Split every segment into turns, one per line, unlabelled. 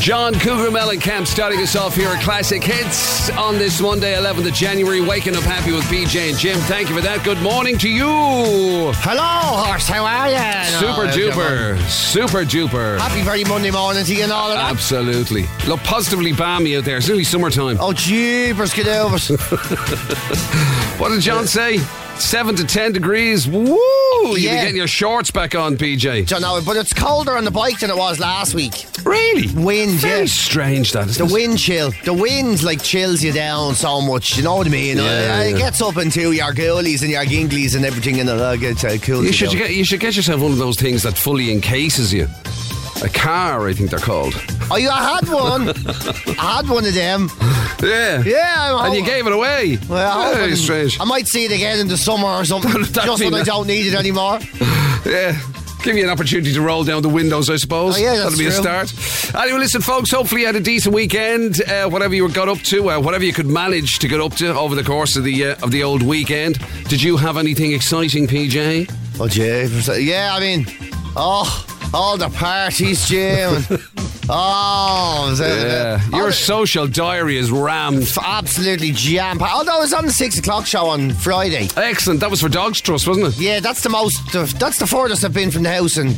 John Cougar Mellencamp starting us off here at Classic Hits on this Monday, 11th of January. Waking up happy with BJ and Jim. Thank you for that. Good morning to you.
Hello, horse. How are you? No,
Super
how's Oh, your morning?
duper. Super duper.
Happy very Monday morning to you and all of
Uh,
that.
Absolutely. Look, positively balmy out there. It's nearly summertime.
oh, jeepers, get over. it.
What did John say? 7 to 10 degrees. Woo! You'll be
Yeah.
getting your shorts back on, PJ.
Don't know, but it's colder on the bike than it was last week.
Really?
Wind,
Very
yeah.
strange that,
The
isn't it?
wind chill. The wind, like, chills you down so much. You know what I mean? Uh,
Yeah, yeah,
it
yeah.
gets up into your ghoulies and your ginglies and everything, and it gets uh, cool.
You should, you, get, you should get yourself one of those things that fully encases you. A car, I think they're called.
Oh, you I had one. I had one of them.
Yeah.
Yeah, I'm
And you gave it away.
Oh. Well, I,
Very
hope-
strange.
I might see it again in the summer or something.
That'd
just
be
when I
nice.
don't need it anymore.
Yeah. Give you an opportunity to roll down the windows, I suppose.
Oh, yeah, that's
That'll be
true.
a start. Anyway, listen, folks, hopefully you had a decent weekend. Uh, whatever you got up to, uh, whatever you could manage to get up to over the course of the uh, of the old weekend. Did you have anything exciting, PJ?
Oh, Jeepers. Yeah, I mean, oh, all the parties, Jim. oh, is it- all
Your
the-
social diary is rammed.
f- absolutely jam packed. Although it was on the six o'clock show on Friday.
Excellent. That was for Dogs Trust, wasn't it?
Yeah, that's the most. Uh, that's the furthest I've been from the house, and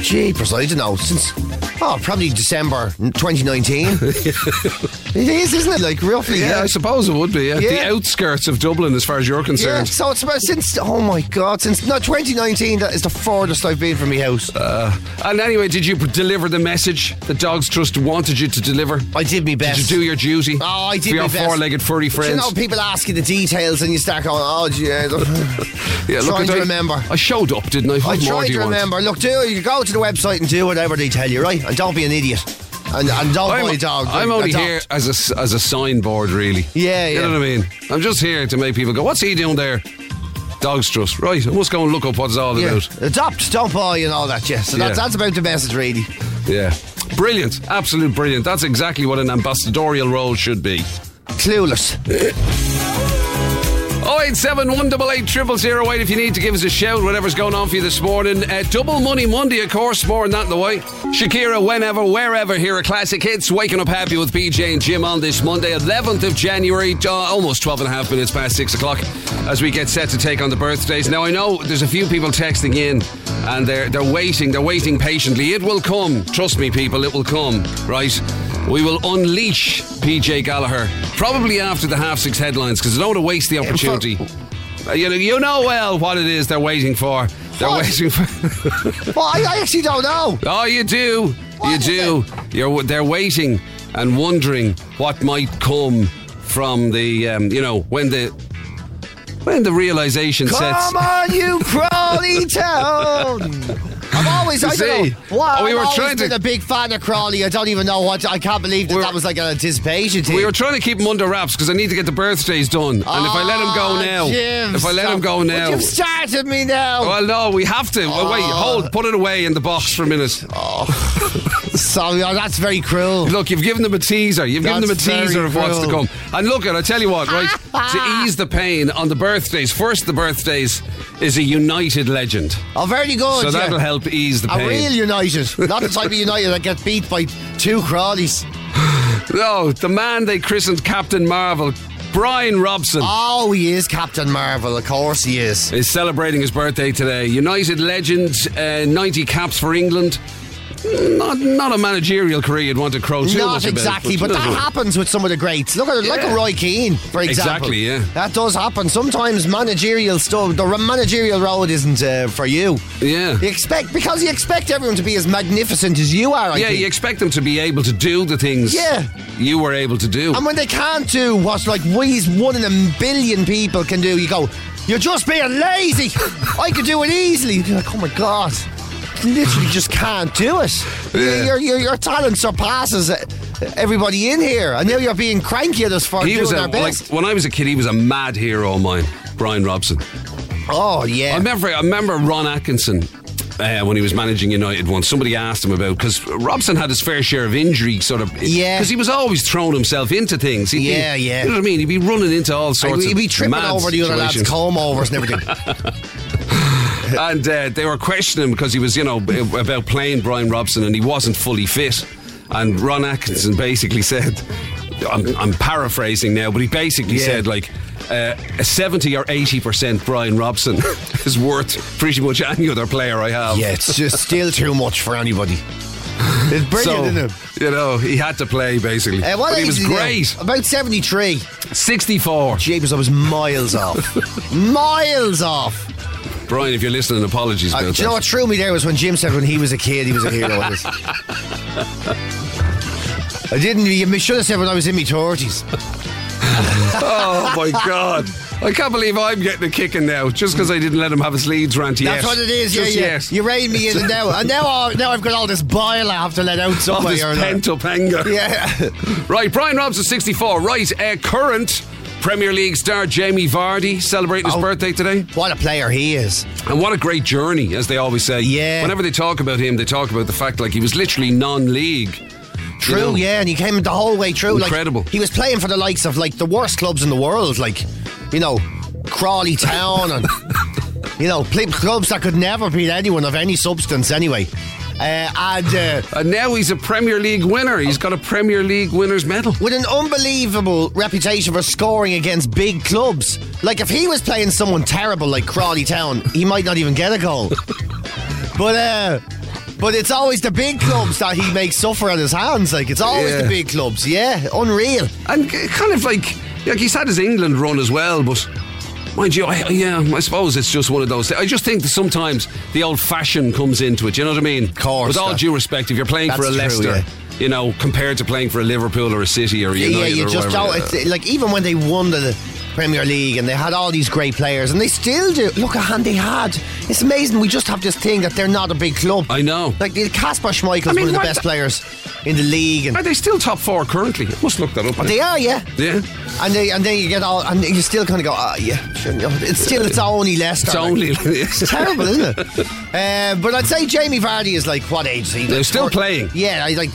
jeepers, I don't know since. Oh, probably December 2019. it is, isn't it? Like roughly.
I suppose it would be. Yeah.
Yeah.
The outskirts of Dublin, as far as you're
Yeah,
concerned.
so it's about since oh my god, since no 2019 that is the furthest I've been from my house.
Uh, And anyway, did you p- deliver the message that Dogs Trust wanted you to deliver?
I did my best.
Did you do your duty?
Oh, I did
For your
my best.
four-legged furry
Do
friends.
you know people ask you the details and you start going, oh gee, I don't-
yeah,
trying
I
to
don't-
remember.
I showed up, didn't I? What
I
more
try
do
to
you want?
remember. Look, do you go to the website and do whatever they tell you, right? And don't be an idiot. And, and don't
I'm,
buy a Oh, dog.
I'm only
Adopt.
here as a s- as a signboard, really.
Yeah,
You
yeah.
know what I mean? I'm just here to make people go, "What's he doing there?" Dogs trust, right? I must go and look up what it's all
Yeah.
about.
Adopt, don't buy and all that, yeah. So that's,
Yeah.
that's about the message, really.
Yeah, brilliant, absolute brilliant. That's exactly what an ambassadorial role should be.
Clueless.
087 188 0008 if you need to give us a shout, whatever's going on for you this morning. Uh, Double Money Monday, of course, more than that in the way. Shakira, whenever, wherever, here at Classic Hits. Waking up happy with BJ and Jim on this Monday, 11th of January, uh, almost 12 and a half minutes past 6 o'clock as we get set to take on the birthdays. Now, I know there's a few people texting in and they're, they're waiting, they're waiting patiently. It will come, trust me, people, it will come, right? We will unleash PJ Gallagher probably after the half six headlines because I don't want to waste the opportunity. Uh, You know, you know well what it is they're waiting for. They're
What?
waiting for.
well, I, I actually don't know.
oh, you do.
What
you
is
do. You're they're waiting and wondering what might come from the um, you know when the when the realization sets.
Come on, you Crawley Town. I'm always, I don't
see?
know. Why?
Oh, we
I've
were
always
trying to-
been a big fan of Crawley. I don't even know what. I can't believe that
We're-
that was like an anticipation thing.
We were trying to keep them under wraps because I need to get the birthdays done. And if I let him go
Ah,
now,
Jim,
if I let him
stop.
go
Would
now,
You've started me now.
Well, no, we have to. Well, wait,
Oh.
hold, put it away in the box for a minute.
Sorry, oh, that's very cruel.
Look, you've given them a teaser. You've given them a
That's very
teaser of what's to
cruel.
come. And look, and I tell you what, right? to ease the pain on the birthdays, first the birthdays is a United legend,
Oh, very good.
so
yeah.
that'll help ease the
A real
pain.
United, not the type of United that get beat by two Crawleys.
No, Oh, the man they christened Captain Marvel, Brian Robson.
Oh, he is Captain Marvel. Of course, he is.
Is celebrating his birthday today. United legend, uh, 90 caps for England. Not, not a managerial career you'd want to crow too
Not
much about,
exactly, but that
doesn't it?
happens with some of the greats. Look at it, like
Yeah.
a Roy Keane, for example.
Exactly, yeah.
That does happen. Sometimes managerial stuff, the managerial road isn't uh, for you.
Yeah.
You expect because you expect everyone to be as magnificent as you are. I
Yeah,
think.
you expect them to be able to do the things
Yeah.
you were able to do.
And when they can't do what like we one in a billion people can do, you go, You're just being lazy. I could do it easily. You're like, oh my god. Literally just can't do it.
Yeah.
Your, your, your talent surpasses uh, everybody in here. I know you're being cranky at us for
he
doing
was a,
our
like
best.
when I was a kid, he was a mad hero of mine, Brian Robson.
oh yeah.
I remember, I remember Ron Atkinson. Uh, when he was managing United once, somebody asked him about because Robson had his fair share of injury, sort of.
Yeah.
Because he was always throwing himself into things. He'd be-
Yeah, yeah.
You know what I mean? He'd be running into all sorts
He'd
of.
be tripping
mad
over the other lads'
situations.
comb overs and everything.
and uh, they were questioning him because he was, you know, about playing Brian Robson and he wasn't fully fit. and Ron Atkinson basically said, I'm, I'm paraphrasing now, but he basically
Yeah.
said like. Uh, a 70 or 80% Brian Robson is worth pretty much any other player I have.
Yeah, it's just still too much for anybody. It's brilliant,
So,
isn't it?
you know, he had to play basically.
Uh, what
but he
age
was
is now?
great.
About 73.
64.
Jeepers, I was miles off. miles off.
Brian, if you're listening, apologies
Uh,
about
do you know
that.
what threw me there was when Jim said when he was a kid he was a hero. I was- I didn't. You should have said when I was in my thirties.
Oh my God. I can't believe I'm getting a kicking now just because I didn't let him have his leads rant. Yes.
That's what it is. Yeah,
Just
yeah.
yes.
You rein me in and now, and now, I, now I've got all this bile I have to let out
All
somewhere.
this
or another.
pent up anger.
yeah.
Right, Brian Robson, 64. Right, uh, current Premier League star Jamie Vardy celebrating his
Oh.
birthday today.
What a player he is.
And what a great journey, as they always say.
Yeah.
Whenever they talk about him, they talk about the fact like he was literally non league.
True,
know?
yeah, and he came the whole way through. like,
Incredible.
he was playing for the likes of like the worst clubs in the world, like you know Crawley Town and you know play, clubs that could never beat anyone of any substance anyway. Uh, and uh,
And now he's a Premier League winner. He's got a Premier League winner's medal.
with an unbelievable reputation for scoring against big clubs. Like if he was playing someone terrible like Crawley Town, he might not even get a goal. but uh but it's always the big clubs that he makes suffer at his hands. Like it's always
Yeah.
the big clubs. Yeah, unreal.
And c- kind of like, like he's had his England run as well, but mind you, I, yeah, I suppose it's just one of those. I just think that sometimes the old fashion comes into it. You know what I mean? Of
course,
With all
that-
due respect, if you're playing for a
that's true,
Leicester,
yeah.
you know, compared to playing for a Liverpool or a City or a United,
yeah, you
or
just
whatever,
don't.
uh,
It's, like even when they won the Premier League and they had all these great players, and they still do. Look at hand they had. It's amazing. We just have this thing that they're not a big club.
I know.
Like the Casper Schmeichel's
I mean,
one of the
what the-
best players in the league,
Are
and
they still top four currently? I must look that up.
they are, yeah.
yeah.
And they and then you get all, and you still kind of go, ah, yeah. shouldn't you?" It's still it's only Leicester.
uh, It's
like.
only.
It's terrible, isn't it? Uh, but I'd say Jamie Vardy is like what age? Is he?
They're
Like,
still
thir-
playing.
Yeah, I like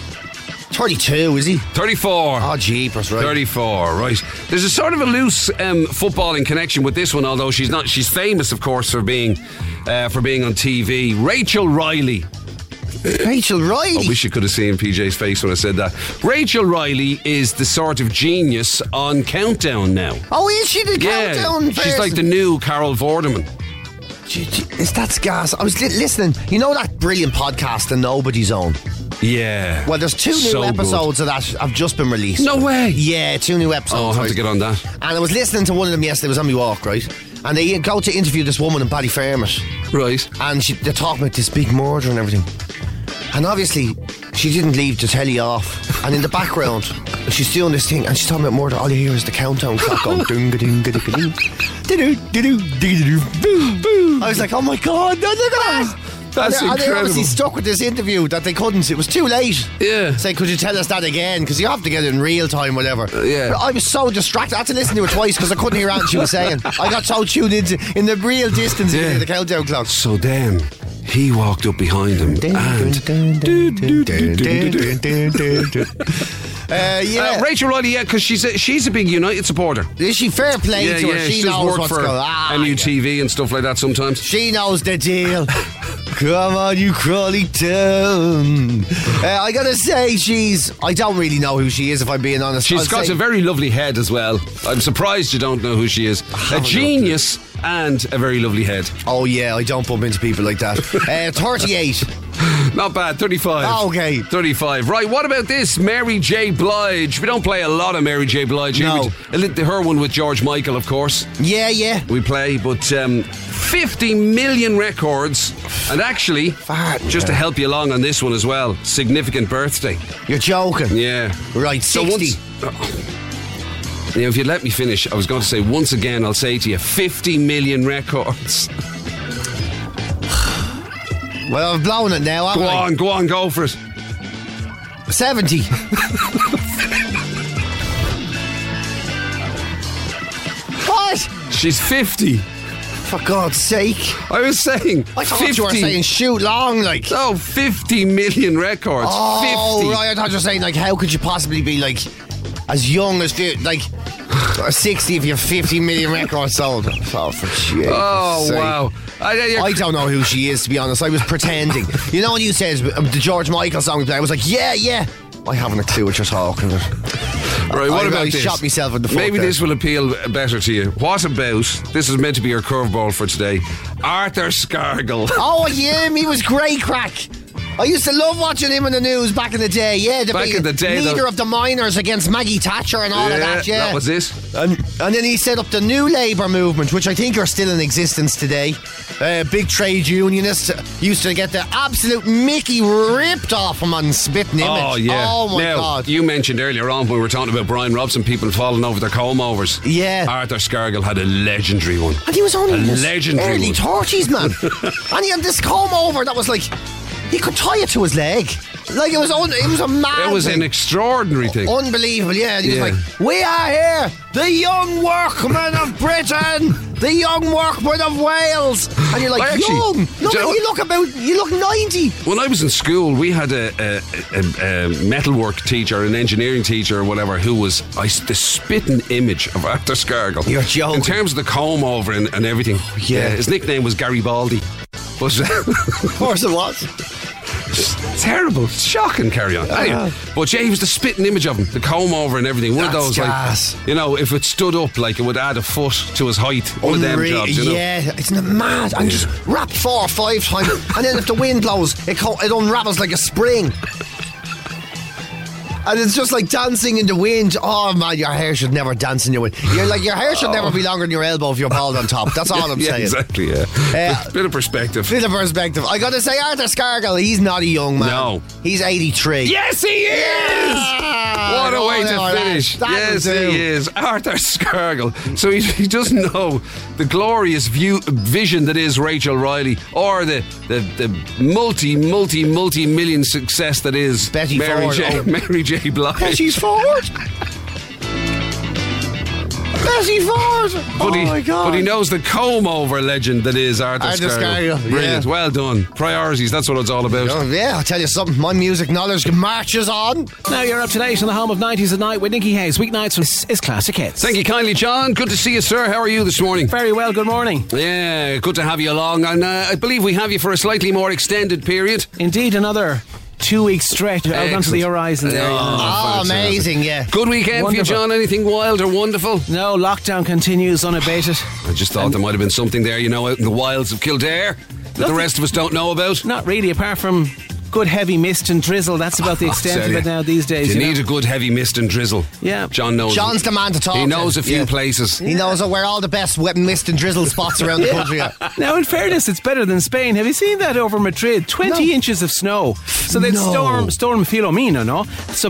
thirty-two. Is he?
34.
Oh, jeepers, right?
34, right. There's a sort of a loose um, footballing connection with this one, although she's not. She's famous, of course, for being uh, for being on TV. Rachel Riley.
Rachel Riley.
I wish you could have seen PJ's face when I said that. Rachel Riley is the sort of genius on Countdown now.
Oh, is she the countdown person?
she's like the new Carol Vorderman.
Gee, gee, Is that gas? I was li- listening. You know that brilliant podcast, The Nobody's Own.
Yeah.
Well, there's two new
So good.
episodes of that have just been released.
No way.
Yeah, two new
Oh, I'll
episodes.
have to
right?
get on that.
And I was listening to one of them yesterday. It was on my walk, right? And they go to interview this woman in Ballyfermot,
Right.
and she, they're talking about this big murder and everything. And obviously, she didn't leave the telly off. And in the background, she's doing this thing, and she's talking about murder. All you hear is the countdown clock going ding ding ding ding ding ding ding boom boom. I was like, oh my god, look at that!
That's
and they- and they obviously
incredible.
stuck with this interview that they couldn't. It was too late.
Yeah.
Say, could you tell us that again? Because you have to get it in real time, whatever.
yeah.
But I was so distracted. I had to listen to it twice because I couldn't hear anything she was saying. I got so tuned into in the real distance
Yeah.
of the countdown clock.
So then he walked up behind him and.
Uh, yeah.
Uh, Rachel Riley, yeah, because she's a, she's a big United supporter.
Is she fair play
Yeah,
to her?
yeah,
She
she's
knows
worked
what's
for
going on. Ah,
MUTV and stuff like that sometimes.
She knows the deal. Come on, you Crawley Town. Uh, I gotta say, she's. I don't really know who she is, if I'm being honest.
She's
I'll
got
say-
a very lovely head as well. I'm surprised you don't know who she is. A
a
genius and a very lovely head.
Oh, yeah, I don't bump into people like that. Uh, 38.
Not bad. 35.
Ah, okay.
35. Right, what about this? Mary J. Blige. We don't play a lot of Mary J. Blige. here.
No.
We d- Her one with George Michael, of course.
Yeah, yeah.
we play, but um, 50 million records. And actually, just to help you along on this one as well, significant birthday.
You're joking.
Yeah.
Right, 60.
Now, if you'd let me finish, I was going to say once again, I'll say to you 50 million records.
Well, I've blown it now, haven't
Go
I?
on, go on, go for it.
70. what?
She's 50.
For God's sake.
I was saying
I thought
50.
you were saying shoot long, like.
Oh, 50 million records.
Oh,
50.
right. I thought you were saying, like, how could you possibly be, like, as young as, fi- like, or 60 if you're 50 million records sold? Oh, for shit.
Oh, wow. I, I-
I don't know uh, who she is, to be honest. I was pretending. You know when you said um, the George Michael song we played, I was like, yeah, yeah. I haven't a clue what you're talking about.
Right, what
I
about
really
this?
shot myself in the foot
Maybe
there.
this will appeal better to you. What about this is meant to be your curveball for today? Arthur Scargill.
Oh yeah, he was great crack. I used to love watching him in the news back in the day. Yeah, the
Back
big-
in the day,
leader
though.
of the miners against Maggie Thatcher and all of that. Yeah,
was it.
And, and then he set up the New Labour movement, which I think are still in existence today. Uh, big trade unionists used to get the absolute Mickey ripped off him on spitting image.
Oh yeah.
Oh my
now,
god.
You mentioned earlier on when we were talking about Brian Robson, people falling over their comb overs.
Yeah.
Arthur Scargill had a legendary one.
And he was only
A
in his
legendary
early
one.
thirties, man. and he had this comb over that was like he could tie it to his leg. Like it was on. It was a mad.
It was
thing.
an extraordinary thing.
Oh. Unbelievable, yeah. And he
Yeah.
was like, We are here, the young workmen of Britain, the young workmen of Wales. And you're like,
I actually-
Young? Look,
do you know-
you look about, you look 90.
When I was in school, we had a, a, a, a metalwork teacher, an engineering teacher, or whatever, who was I, s- the spitting image of Arthur Scargill.
You're joking. Oh,
In terms of the comb over and, and everything. Uh,
yeah.
His nickname was Gary Baldy. But
Of course it was.
terrible, shocking carry on. Anyway, but yeah, he was the spitting image of him, the comb over and everything. One
That's
of those,
jazz.
like, you know, if it stood up, like, it would add a foot to his height. One of them
Unreal.
jobs, you know.
Yeah, it's not mad. And just wrapped four or five times. and then if the wind blows, it, co- it unravels like a spring. And it's just like dancing in the wind. Oh man, your hair should never dance in your wind. You're like your hair should never be longer than your elbow if you're bald on top. That's all I'm
Oh. Yeah,
saying.
exactly, yeah.
Uh,
Bit of perspective.
Bit of perspective. I gotta say, Arthur Scargill, he's not a young man.
No.
He's 83.
Yes, he is!
Yeah!
What a way
Oh,
to
no,
finish.
that- that'll
Yes,
do.
he is. Arthur Scargill. So he, he doesn't know the glorious view, vision that is Rachel Riley or the, the, the multi, multi, multi million success that is
Betty
Mary,
Ford.
J,
Oh.
Mary J. Blige.
She's forward. Bessie Ford!
But,
oh
he,
my god.
but he knows the comb over legend that is Arthur,
Arthur
Scargill.
Scargill,
Brilliant.
yeah.
Well done. Priorities, that's what it's all about.
Oh, yeah, I'll tell you something. My music knowledge marches on.
Now you're up to date on the home of 90s at night with Nicky Hayes. Weeknights from is Classic Hits.
Thank you kindly, John. Good to see you, sir. How are you this morning?
Very well, good morning.
Yeah, good to have you along, and uh, I believe we have you for a slightly more extended period.
Indeed, another two week stretch out onto the
Excellent.
horizon Ah. there.
Oh.
Oh, amazing, yeah.
Good weekend for you,
Wonderful.
John. Anything wild or wonderful?
No, lockdown continues unabated.
I just thought there might have been something there, you know, out in the wilds of Kildare that the
Nothing.
rest of us don't know about.
Not really, apart from good heavy mist and drizzle. That's about the extent
Tell
of
you,
it now these days.
You,
you know.
need a good heavy mist and drizzle.
Yeah.
John knows.
John's the man to talk
He
to.
knows a few
Yeah.
places.
He knows where all the best wet mist and drizzle spots around the country are.
Now, in fairness, it's better than Spain. Have you seen that over Madrid? 20
No.
inches of snow. So they
No.
storm storm Filomena, no? So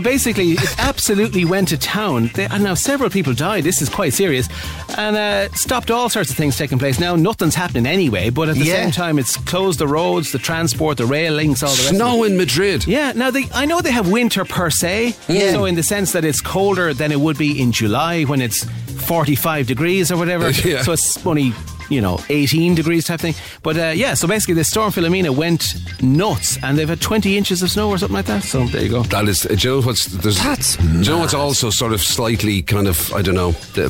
basically, it absolutely went to town. They, and now several people died. This is quite serious. And uh, stopped all sorts of things taking place. Now, nothing's happening anyway, but at the
Yeah.
same time, it's closed the roads, the transport, the rail links, all the rest of it.
Snow in Madrid.
Yeah, now they, I know they have winter per se,
Yeah.
so in the sense that it's colder than it would be in July when it's 45 degrees or whatever.
Yeah.
So it's only, you know, 18 degrees type thing. But uh, yeah, so basically the storm Philomena went nuts and they've had 20 inches of snow or something like that. So there you go.
That is, uh, do you know what's there's,
That's
do you know what's also sort of slightly kind of I don't know. The,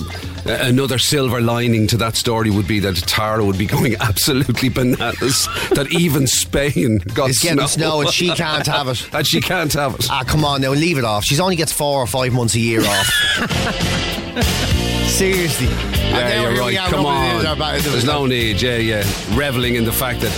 uh, another silver lining to that story would be that Tara would be going absolutely bananas. that even Spain got
It's getting snow and she can't have it.
and she can't have it.
Ah, come on now, leave it off. She's only gets four or five months a year off. Seriously. And
Yeah,
now
you're
here we
right.
are
Come
rubbing it in our
on.
back-
There's no need. Yeah, yeah. Reveling in the fact that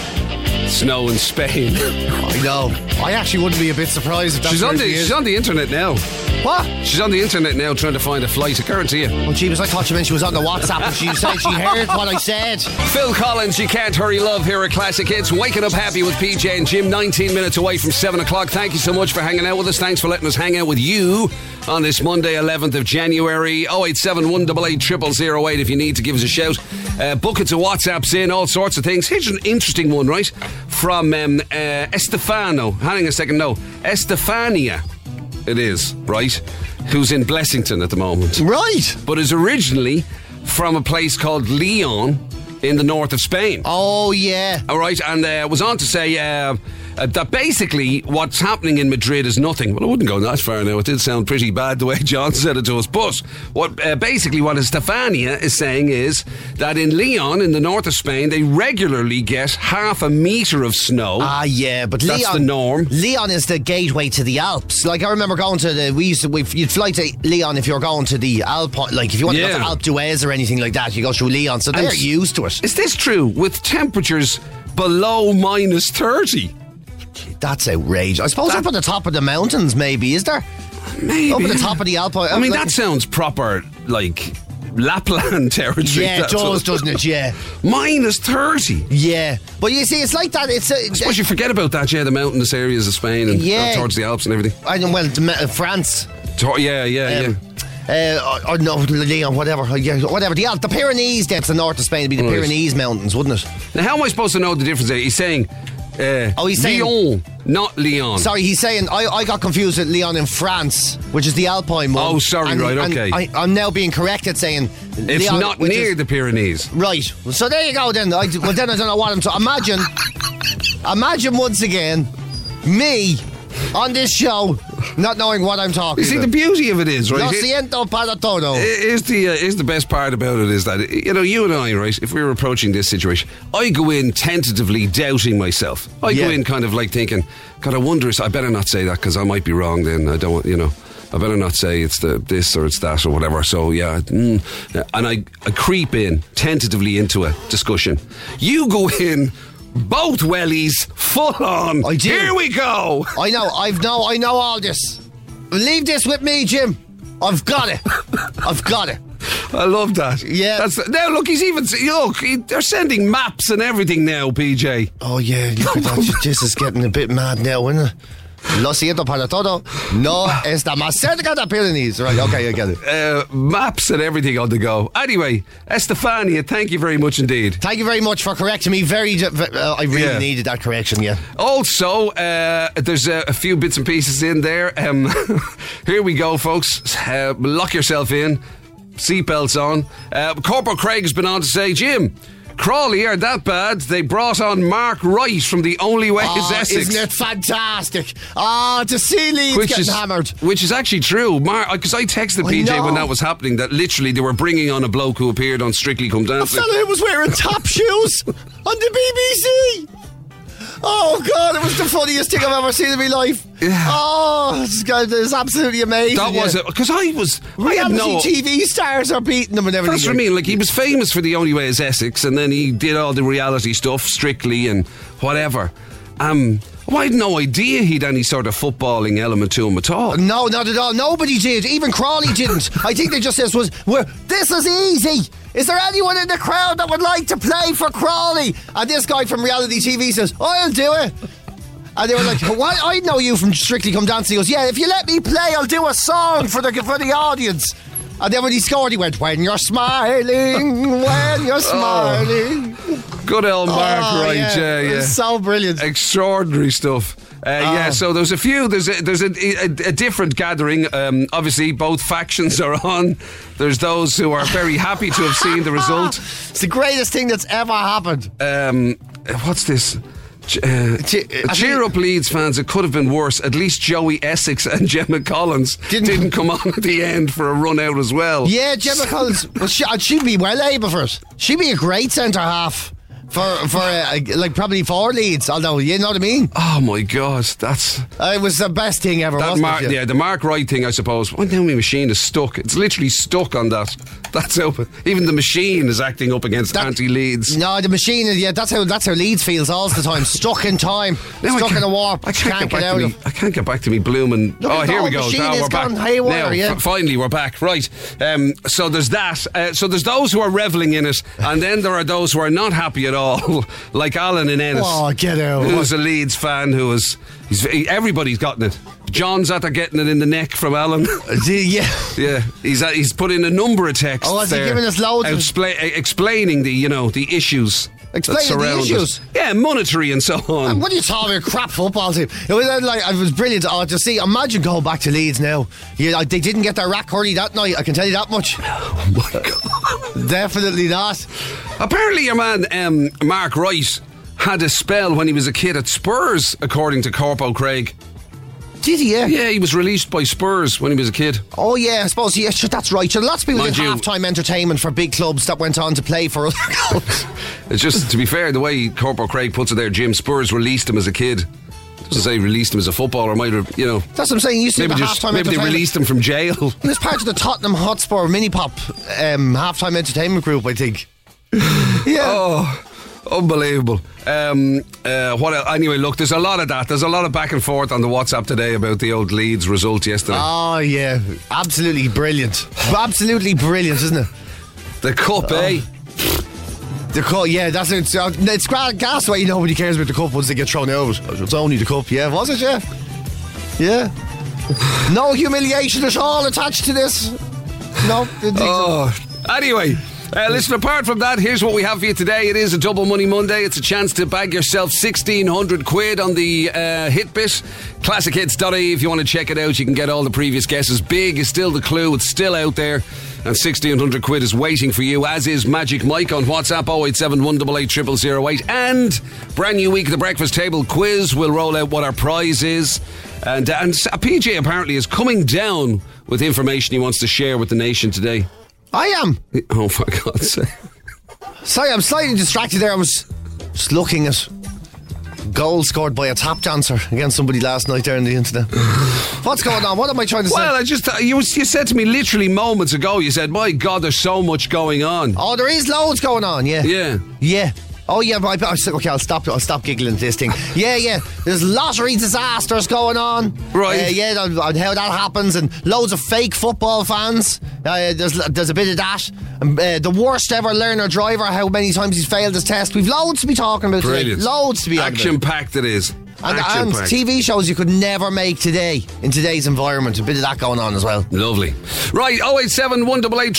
snow in Spain.
I know. I actually wouldn't be a bit surprised if that's
she's on
where
the
she is.
she's on the internet now.
What?
She's on the internet now trying to find a flight. I guarantee you.
Oh, Jesus, I thought you meant she was on the WhatsApp and she said she heard what I said.
Phil Collins, you can't hurry love here at Classic Hits. Waking up happy with PJ and Jim, 19 minutes away from 7 o'clock. Thank you so much for hanging out with us. Thanks for letting us hang out with you on this Monday, 11th of January. 087 188 if you need to give us a shout. Uh, buckets of WhatsApps in, all sorts of things. Here's an interesting one, right? From um, uh, Estefano. Hang on a second, no. Estefania, it is, right? Who's in Blessington at the moment
Right.
but is originally from a place called Leon in the north of Spain.
Oh, yeah.
All right, and uh, was on to say uh, uh, that basically what's happening in Madrid is nothing. Well, I wouldn't go that far now. It did sound pretty bad the way John said it to us. But what uh, basically what Estefania is saying is that in Leon, in the north of Spain, they regularly get half a metre of snow.
Ah, yeah, but
That's
Leon,
the norm.
Leon is the gateway to the Alps. Like I remember going to the we used to we you'd fly to Leon if you're going to the Alp, like if you want to go
Yeah.
to Alpe d'Huez or anything like that, you go through Leon. So they're
s-
used to it.
Is this true with temperatures below minus 30?
That's outrageous. I suppose up on the top of the mountains, maybe is there?
Maybe.
Up at the top of the Alp. uh,
I mean, that sounds proper, like Lapland territory.
yeah, it
That's all.
does, doesn't it? Yeah,
Minus 30.
yeah. But you see, it's like that. It's a,
I suppose you forget about that, yeah, the mountainous areas of Spain and
Yeah.
uh, towards the Alps and everything.
I don't, well, the ma- uh, France.
To- yeah, yeah,
Um,
yeah.
uh, or, or no, Leon, whatever, uh, yeah, whatever. The Alps, the Pyrenees. That's the north of Spain. It'd be the
Right.
Pyrenees mountains, wouldn't it?
Now, how am I supposed to know the difference there? He's saying, uh,
Oh, he's saying-
Lyon, not Lyon.
Sorry, he's saying I, I got confused with Leon in France, which is the Alpine one.
Oh, sorry,
And-
right,
and
okay.
I, I'm now being corrected, saying
It's
Leon,
not
which
near
is-
the Pyrenees.
right. Well, So there you go. Then, I, well, then I don't know what I'm. So imagine, imagine once again, me on this show not knowing what I'm talking.
You see, the
about.
beauty of it is, right?
Lo
here-
siento para todo.
Is the uh, is the best part about it is that you know you and I, right? If we were approaching this situation, I go in tentatively doubting myself. I go
Yeah.
in kind of like thinking, God, I wonder. Is, I better not say that because I might be wrong. Then I don't want you know. I better not say it's the this or it's that or whatever. So yeah, mm, and I, I creep in tentatively into a discussion. You go in. Both wellies, full on.
I do.
Here we go.
I know. I've know. I know all this. Leave this with me, Jim. I've got it. I've got it.
I love that.
Yeah.
That's, now look, he's even look. He, they're sending maps and everything now, PJ.
Oh yeah, look at that. this is getting a bit mad now, isn't it? Lo siento para todo. No está más cerca de Pyrenees. Right, okay, I get it.
Uh, maps and everything on the go. Anyway, Estefania, thank you very much indeed.
Thank you very much for correcting me. Very, d- v- uh, I really
Yeah.
needed that correction. Yeah.
Also, uh, there's a, a few bits and pieces in there. Um, here we go, folks. Uh, lock yourself in. Seatbelts on. Uh, Corporal Craig has been on to say, Jim. Crawley are that bad. They brought on Mark Wright from the Only Way
Oh,
is Essex.
Isn't it fantastic? Ah, to see Leeds getting hammered.
Which is actually true. Because I texted
I
PJ when
know.
that was happening that literally they were bringing on a bloke who appeared on Strictly Come
A
Dancing.
fella who was wearing top shoes on the BBC. Oh God, it was the funniest thing I've ever seen in my life.
Yeah.
Oh, it's, got- it's absolutely amazing.
That was
yeah.
it. Because I was. I had
Reality
no.
TV stars are beating them and everything.
That's what I mean. Like, he was famous for The Only Way is Essex, and then he did all the reality stuff, Strictly and whatever. Um, well, I had no idea he'd any sort of footballing element to him at all.
No, not at all. Nobody did. Even Crawley didn't. I think they just says was, "Well, this is easy." Is there anyone in the crowd that would like to play for Crawley? And this guy from reality TV says, "I'll do it." And they were like, "What? I know you from Strictly Come Dancing." He goes, "Yeah, if you let me play, I'll do a song for the for the audience." And then when he scored, he went, "When you're smiling, when you're smiling."
Good old Oh, Mark
Oh,
Wright. Yeah,
It
yeah.
was So brilliant.
extraordinary stuff. Uh,
Ah.
Yeah, so there's a few. There's a, there's a, a, a different gathering. Um, obviously, both factions are on. There's those who are very happy to have seen the result.
Ah, It's the greatest thing that's ever happened.
Um, what's this? Ch- uh,
Che- I
cheer
think-
up, Leeds fans! It could have been worse. At least Joey Essex and Gemma Collins didn't,
Didn't-
come on at the end for a run out as well.
Yeah, Gemma Collins. Well, she, uh, she'd be well able for it. She'd be a great centre half for for uh, like probably four leads. Although you know what I mean.
Oh my God, that's
Uh, it was the best thing ever.
that
wasn't
Mark.
it?
Yeah, the Mark Wright thing, I suppose. Well, now my machine is stuck. It's literally stuck on that. That's open. Even the machine is acting up against
That-
anti Leeds.
No, the machine. is- Yeah, that's how that's how Leeds feels all the time. Stuck in time. stuck in a warp.
I can't, get back
get out
to me.
of.
I can't get back to me blooming.
Look
oh,
at the
here we
whole
go.
machine
Now
has
we're back.
gone haywire,
now,
yeah.
f- finally, we're back. Right. Um, so there's that. Uh, so there's those who are reveling in it, and then there are those who are not happy at all, like Alan in Ennis.
Oh, get out.
Who's a Leeds fan who is. He's, he, everybody's gotten it. John's after getting it in the neck from Alan.
Uh, Yeah.
Yeah, he's uh, he's put in a number of texts.
Oh, has he
there,
given us loads of-
expla- uh, explaining the you know the issues. that
Explaining the
surround us.
issues?
Yeah, monetary and so on.
What are you talking about? Crap football team. It was uh, like it was brilliant. Oh, to see. Imagine going back to Leeds now. Yeah, like, they didn't get their rack hurley that night. I can tell you that much.
oh my god.
Definitely not.
Apparently, your man um, Mark Wright had a spell when he was a kid at Spurs, according to Corpo Craig.
Did he? Yeah.
Yeah, he was released by Spurs when he was a kid.
Oh yeah, I suppose yeah, sure, that's right. Sure, lots of people
Mind
did
you-
half-time entertainment for big clubs that went on to play for other clubs.
It's just, to be fair, the way Corporal Craig puts it there, Jim, Spurs released him as a kid. Doesn't say released him as a footballer, might have, you know.
That's what I'm saying. You see
Maybe,
the
just,
halftime
maybe they
entertainment.
released him from jail.
And it's part of the Tottenham Hotspur mini pop um, halftime entertainment group, I think. Yeah.
Oh, unbelievable. Um, uh, what el Anyway, look, there's a lot of that. There's a lot of back and forth on the WhatsApp today about the old Leeds result yesterday.
Oh yeah, absolutely brilliant. Absolutely brilliant, isn't it?
the cup, eh?
The cup, yeah, that's it. So, uh, It's gra- gas why nobody cares about the cup once they get thrown out. It's only the cup, yeah, was it? Yeah, yeah. No humiliation at all attached to this. No. didn't think so.
Oh, anyway. Uh, listen, apart from that, here's what we have for you today. It is a Double Money Monday. It's a chance to bag yourself 1,600 quid on the uh, hit bit. ClassicHits.ie, E. if you want to check it out, you can get all the previous guesses. Big is still the clue, it's still out there. And 1,600 quid is waiting for you, as is Magic Mike on WhatsApp 087 And brand new week, the Breakfast Table quiz will roll out what our prize is. And, and a PJ apparently is coming down with information he wants to share with the nation today.
I am.
Oh, for God's sake.
Sorry, I'm slightly distracted there. I was just looking at goal scored by a tap dancer against somebody last night there on the internet. What's going on? What am I trying to
Well, uh,
say?
I just, you, you said to me literally moments ago, you said, my God, there's so much going on.
Oh, there is loads going on. Yeah.
Yeah.
Yeah. Oh yeah, but I, I said okay. I'll stop. I'll stop giggling at this thing. Yeah, yeah. There's lottery disasters going on.
Right.
Uh, yeah, on, on how that happens, and loads of fake football fans. Uh, there's there's a bit of that. And, uh, the worst ever learner driver. How many times he's failed his test? We've loads to be talking about. today.
Brilliant.
Loads to be on about.
Action packed it is.
And,
Action
and
packed.
TV shows you could never make today in today's environment. A bit of that going on as well.
Lovely. Right, 087 188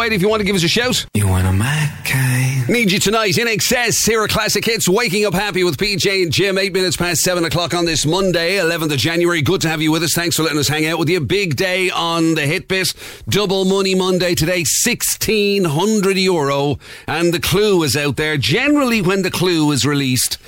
0008 if you want to give us a shout.
You one of my kind.
Need you tonight in excess. Here are classic hits. Waking up happy with PJ and Jim. Eight minutes past seven o'clock on this Monday, 11th of January. Good to have you with us. Thanks for letting us hang out with you. Big day on the hit bit. Double money Monday today. 1600 euro. And the clue is out there. Generally, when the clue is released,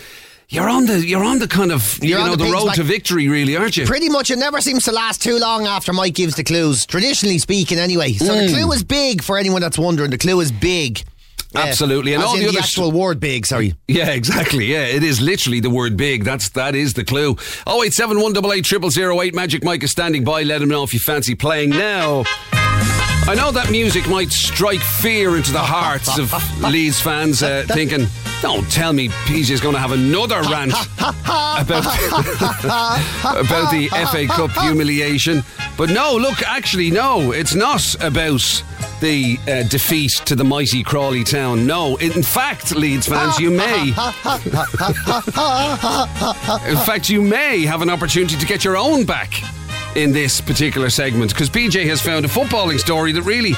you're on the, you're on the kind of,
You're
you
on
know,
the
the,
pig's
road
back.
to victory, really, aren't you?
Pretty much, it never seems to last too long after Mike gives the clues, traditionally speaking, anyway. So
Mm.
the clue is big for anyone that's wondering. The clue is big. Uh,
Absolutely. And
as
all
in
the
the,
other s-
actual word big, sorry.
Yeah, exactly. Yeah, it is literally the word big. That's that is the clue. Oh eight seven one double eight triple zero eight. Magic Mike is standing by. Let him know if you fancy playing now. I know that music might strike fear into the hearts of Leeds fans, uh, thinking, "Don't tell me PJ's going to have another rant about about the FA Cup humiliation." But no, look, actually, no, it's not about the uh, defeat to the mighty Crawley Town. No, in fact, Leeds fans, you may. In fact, you may have an opportunity to get your own back in this particular segment because PJ has found a footballing story that really,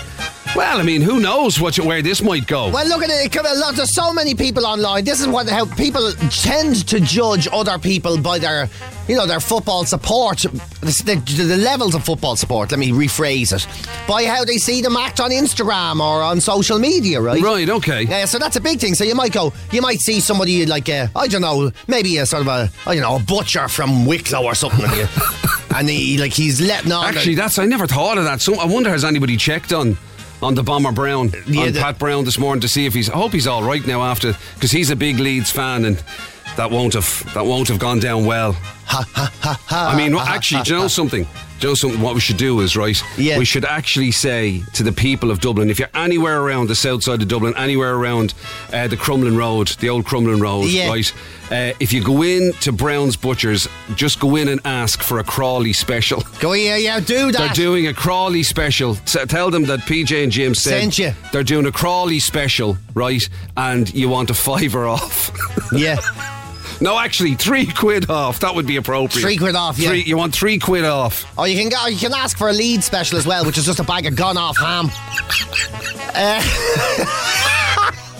well, I mean, who knows what where this might go?
Well, look at it. it could be a lot, there's so many people online. This is what how people tend to judge other people by their, you know, their football support, the, the, the levels of football support. Let me rephrase it by how they see them act on Instagram or on social media, right?
Right, okay.
Yeah, so that's a big thing. So you might go, you might see somebody like, uh, I don't know, maybe a sort of a, I don't know, a butcher from Wicklow or something, and, he- and he like he's letting on. that-
Actually, that's I never thought of that. So I wonder has anybody checked on on the bomber Brown
Yeah,
on
the-
Pat Brown this morning to see if he's. I hope he's all right now after because he's a big Leeds fan and. That won't have that won't have gone down well. I mean, well, actually, do you know something? Do you know something? What we should do is right.
Yeah.
We should actually say to the people of Dublin, if you're anywhere around the south side of Dublin, anywhere around uh, the Crumlin Road, the old Crumlin Road,
Yeah.
right? Uh, if you go in to Brown's Butchers, just go in and ask for a Crawley special.
go yeah, yeah, do that.
They're doing a Crawley special. T- tell them that PJ and Jim said
Sent you.
they're doing a Crawley special, right? And you want a fiver off.
yeah,
no, actually, three quid off. That would be appropriate.
Three quid off, yeah.
Three, you want three quid off.
or you can go, you can ask for a lead special as well, which is just a bag of gone off ham. Uh, Eh.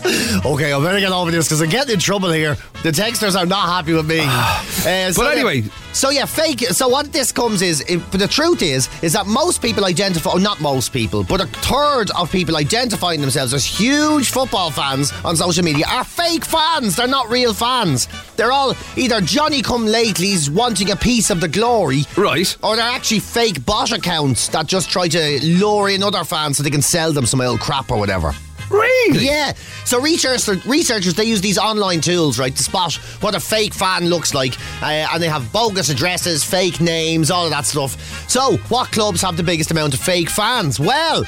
Okay, I better get over this because I'm getting in trouble here. The texters are not happy with me. Uh, so
But
yeah-
anyway.
so yeah, fake. So what this comes is, it, but the truth is, is that most people identify, oh, not most people, but a third of people identifying themselves as huge football fans on social media are fake fans. They're not real fans. They're all either Johnny come latelys wanting a piece of the glory,
Right.
or they're actually fake bot accounts that just try to lure in other fans so they can sell them some old crap or whatever.
Really?
Oh, Yeah. So researchers, researchers, they use these online tools, right, to spot what a fake fan looks like, uh, and they have bogus addresses, fake names, all of that stuff. So, what clubs have the biggest amount of fake fans? Well,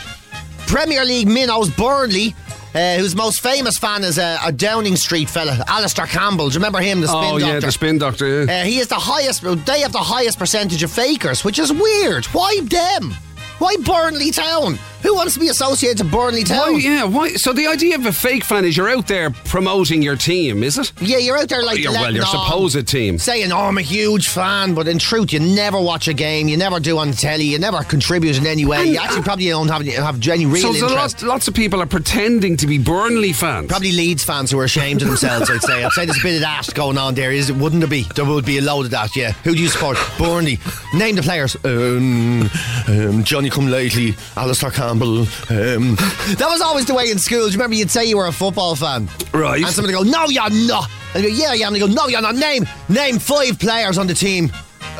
Premier League minnows Burnley. Uh, whose most famous fan is a, a Downing Street fella, Alistair Campbell. Do you remember him, the spin
Oh,
doctor?
yeah, the spin doctor. Yeah.
Uh, he is the highest. They have the highest percentage of fakers, which is weird. Why them? Why Burnley Town? Who wants to be associated to Burnley Town?
Why, yeah, why? So the idea of a fake fan is you're out there promoting your team, is it?
Yeah, you're out there like
You're, Oh, well,
letting
your
on,
supposed team.
saying, "Oh, I'm a huge fan," but in truth, you never watch a game, you never do on the telly, you never contribute in any way. you actually probably don't have have any real
So there's a
interest.
lot, lots of people are pretending to be Burnley fans.
Probably Leeds fans who are ashamed of themselves, I'd say. I'd say there's a bit of that going on there, is it? Wouldn't there be? There would be a load of that, yeah. Who do you support? Burnley. Name the players. Um, um, Johnny Come Lately, Alistair Campbell. Um. That was always the way in school. Do you remember you'd say you were a football fan?
Right.
And somebody go, no, you're not. And you go, yeah, I am. And you go, no, you're not. Name, name five players on the team.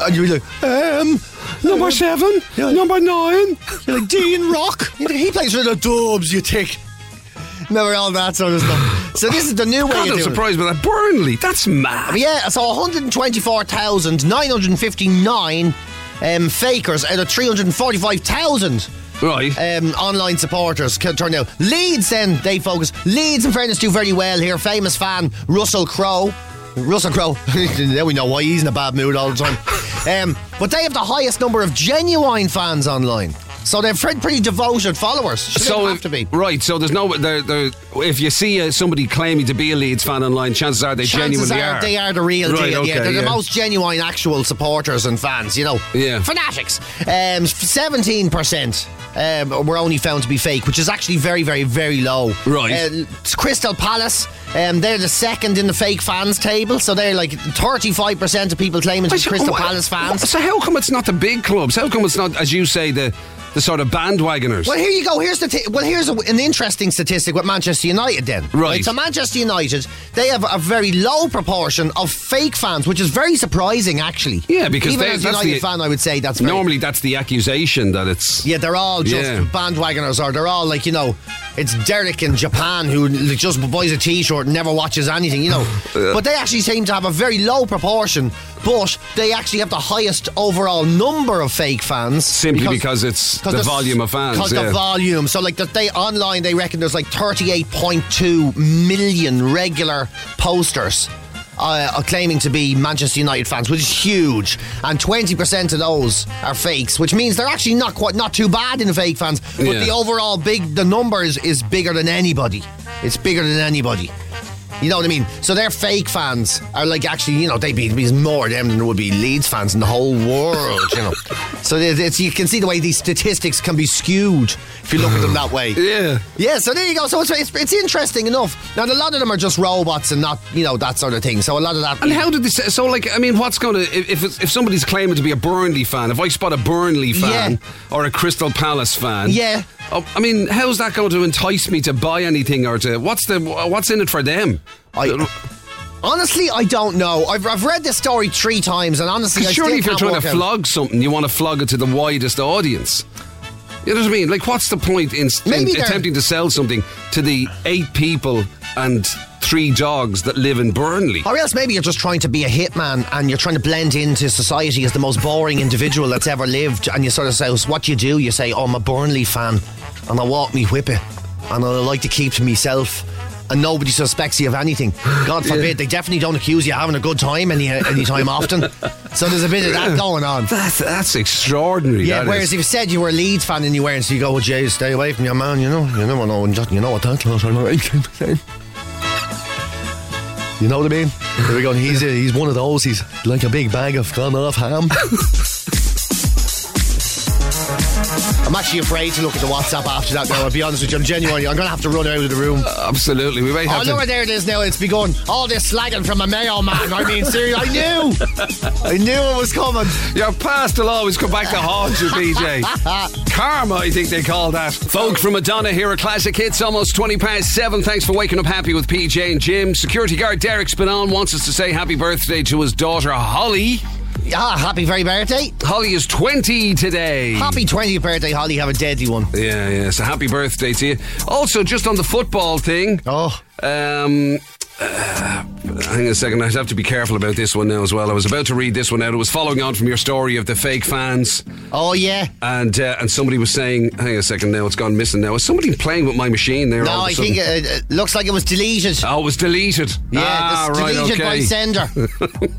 And you're like, um,
Number seven, number nine.
you're like Dean Rock. You're like, he plays for the Dubs. You tick. Remember all that sort of stuff. So this is the new way.
God,
you
I'm
do it.
surprised by that. Burnley, that's mad.
Yeah, so 124,959 um, fakers out of 345,000
Right.
um, online supporters can turn out. Leeds, then, they focus. Leeds, in fairness, do very well here. Famous fan, Russell Crowe. Russell Crowe. now we know why he's in a bad mood all the time. Um, but they have the highest number of genuine fans online. So they're pre- pretty devoted followers. Should
so
have to be.
right. So there's no. There, there, if you see uh, somebody claiming to be a Leeds fan online, chances are they
chances
genuinely
are, they are the real
Right,
deal. yeah,
okay,
they're
yeah.
the most genuine, actual supporters and fans. You know,
Yeah.
fanatics. Um, Seventeen percent um, were only found to be fake, which is actually very, very, very low.
Right.
Uh, Crystal Palace. Um, they're the second in the fake fans table, so they're like thirty-five percent of people claiming to be
So
Crystal
wha-
Palace fans.
So how come it's not the big clubs? How come it's not, as you say, the the sort of bandwagoners?
Well, here you go. Here's the t- well. Here's a, an interesting statistic with Manchester United. Then,
Right.
So Manchester United, they have a very low proportion of fake fans, which is very surprising, actually.
Yeah, because
even
they-
as a
that's
United
the-
fan, I would say that's very,
Normally, that's the accusation that it's.
Yeah, they're all just
Yeah.
bandwagoners, or they're all like you know, it's Derek in Japan who like, just buys a T-shirt, and never watches anything, you know. but they actually seem to have a very low proportion, but they actually have the highest overall number of fake fans
Simply because it's the volume of fans,
Because
yeah.
the volume. So, like, that they online, they reckon there's like 38.2 million regular posters. Uh, are claiming to be Manchester United fans, which is huge, and twenty percent of those are fakes, which means they're actually not quite not too bad in the fake fans. But
Yeah.
the overall big, the number is, is bigger than anybody. It's bigger than anybody. You know what I mean? So their fake fans are like actually, you know, they'd be there's more of them than there would be Leeds fans in the whole world, you know. So it- it's, you can see the way these statistics can be skewed if you look at them that way.
Yeah.
Yeah, so there you go. So it's, it's, it's interesting enough. Now, a lot of them are just robots and not, you know, that sort of thing. So a lot of that.
And how did this? So, like, I mean, what's going to if if it's- if somebody's claiming to be a Burnley fan? If I spot a Burnley fan
Yeah.
or a Crystal Palace fan,
Yeah.
oh, I mean, how's that going to entice me to buy anything or to what's the what's in it for them? Uh,
I- honestly, I don't know. I've, I've read this story three times, and honestly, I
surely,
still
if you're
can't
trying
work
to
out-
flog something, you want to flog it to the widest audience. You know what I mean? Like, what's the point in, in
Maybe they're-
attempting to sell something to the eight people and three dogs that live in Burnley?
Or else maybe you're just trying to be a hitman and you're trying to blend into society as the most boring individual that's ever lived. And you sort of say, "So what you do, you say, oh, I'm a Burnley fan and I walk me whip it and I like to keep to myself. And nobody suspects you of anything. God forbid, they definitely don't accuse you of having a good time any any time often. So there's a bit of that going on.
That's, that's extraordinary.
Yeah,
that
whereas
is.
if you said you were a Leeds fan and you weren't, so you go, well, Jay, stay away from your man, you know. You never know, you know what that's like. I know. You know what I mean? There we go. He's a, he's one of those. He's like a big bag of gone off ham. actually afraid to look at the WhatsApp after that now. I'll be honest with you. I'm genuinely, I'm going to have to run out of the room.
Absolutely. We may
Oh,
have
look
to.
where there it is now. It's begun. All this slagging from a Mayo man. I mean, seriously, I knew. I knew it was coming.
Your past will always come back to haunt you, BJ. Karma, I think they call that. Folk from Madonna here at Classic Hits, almost 20 past 7. Thanks for waking up happy with PJ and Jim. Security guard Derek Spinall wants us to say happy birthday to his daughter, Holly.
Ah, happy very birthday.
Holly is 20 today.
Happy 20th birthday, Holly. Have a deadly one.
Yeah, yeah. So happy birthday to you. Also, just on the football thing.
Oh.
Um, uh, hang on a second. I have to be careful about this one now as well. I was about to read this one out. It was following on from your story of the fake fans,
Oh, yeah.
and uh, and somebody was saying, hang on a second. Now it's gone missing. Now is somebody playing with my machine there? all
No,
of a
I
sudden?
think it, it looks like it was deleted.
Oh, it was deleted.
Yeah,
ah,
it's
right,
deleted
okay.
by sender.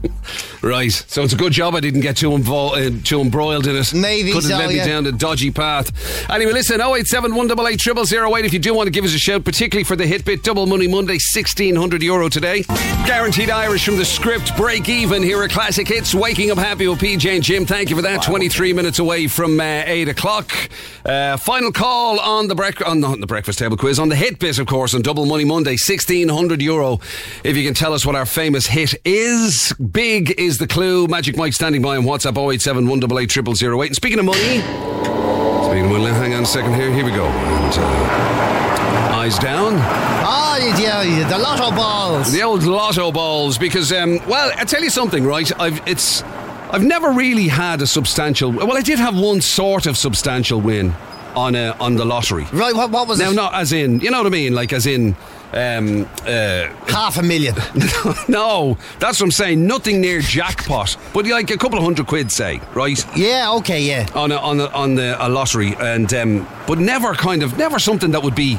Right. So it's a good job I didn't get too, invo- uh, too embroiled in it.
Maybe
Could have
so,
led me
yeah.
down a dodgy path. Anyway, listen, 087 188 0008 if you do want to give us a shout, particularly for the hit bit Double Money Monday, 1600 euro today. Guaranteed Irish from the script, break even here at Classic Hits. Waking up happy with PJ and Jim. Thank you for that. 23 minutes away from uh, 8 o'clock. Uh, final call on the breakfast, on, on the breakfast table quiz, on the hit bit, of course, on Double Money Monday, 1600 euro. If you can tell us what our famous hit is, big is the clue. Magic Mike standing by on WhatsApp 087 188 0008. And speaking of money. Speaking of money, hang on a second here. Here we go. And, uh, eyes down.
Oh, yeah, yeah, the lotto balls.
The old lotto balls, because um, well, I tell you something, right? I've it's I've never really had a substantial. Well, I did have one sort of substantial win on a, on the lottery.
Right, what, what was
Now,
it?
not as in, you know what I mean? Like as in. Um, uh,
Half a million.
no, that's what I'm saying. Nothing near jackpot, but like a couple of hundred quid, say, right?
Yeah, okay, yeah.
on a, on a, on the, a lottery, and um, but never kind of never something that would be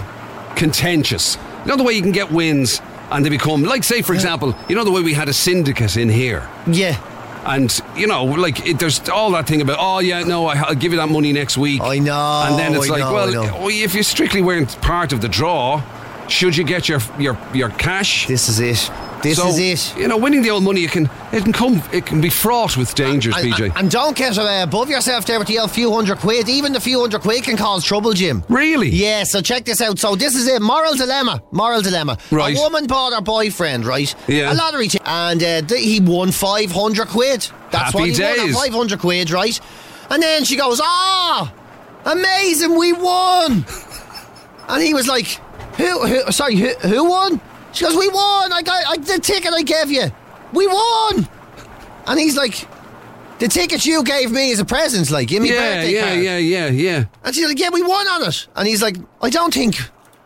contentious. You know the way you can get wins and they become like say for example, you know the way we had a syndicate in here.
Yeah.
And you know, like it, there's all that thing about, oh yeah, no, I, I'll give you that money next week.
I know,
And then it's
I
like,
know, I know.
well, well, if you strictly weren't part of the draw, should you get your your your cash?
This is it. This
So,
is it.
You know, winning the old money, it can it can come, it can be fraught with dangers,
And-
PJ.
And, and don't get uh, above yourself there with the old few hundred quid. Even the few hundred quid can cause trouble, Jim.
really?
Yeah, so check this out. So this is a moral dilemma. Moral dilemma.
Right.
A woman bought her boyfriend, right?
Yeah.
A lottery ticket, and uh, th- he won five hundred quid. That's
Happy
what he
days.
won. Five hundred quid, right? And then she goes, "Ah, amazing, we won!" And he was like, "Who? who sorry, who, who won?" She goes, "We won. I got I, the ticket I gave you. We won." And he's like, "The ticket you gave me is a present, like give me
Yeah,
birthday
yeah,
card."
yeah, yeah, yeah.
And she's like, "Yeah, we won on it." And he's like, "I don't think,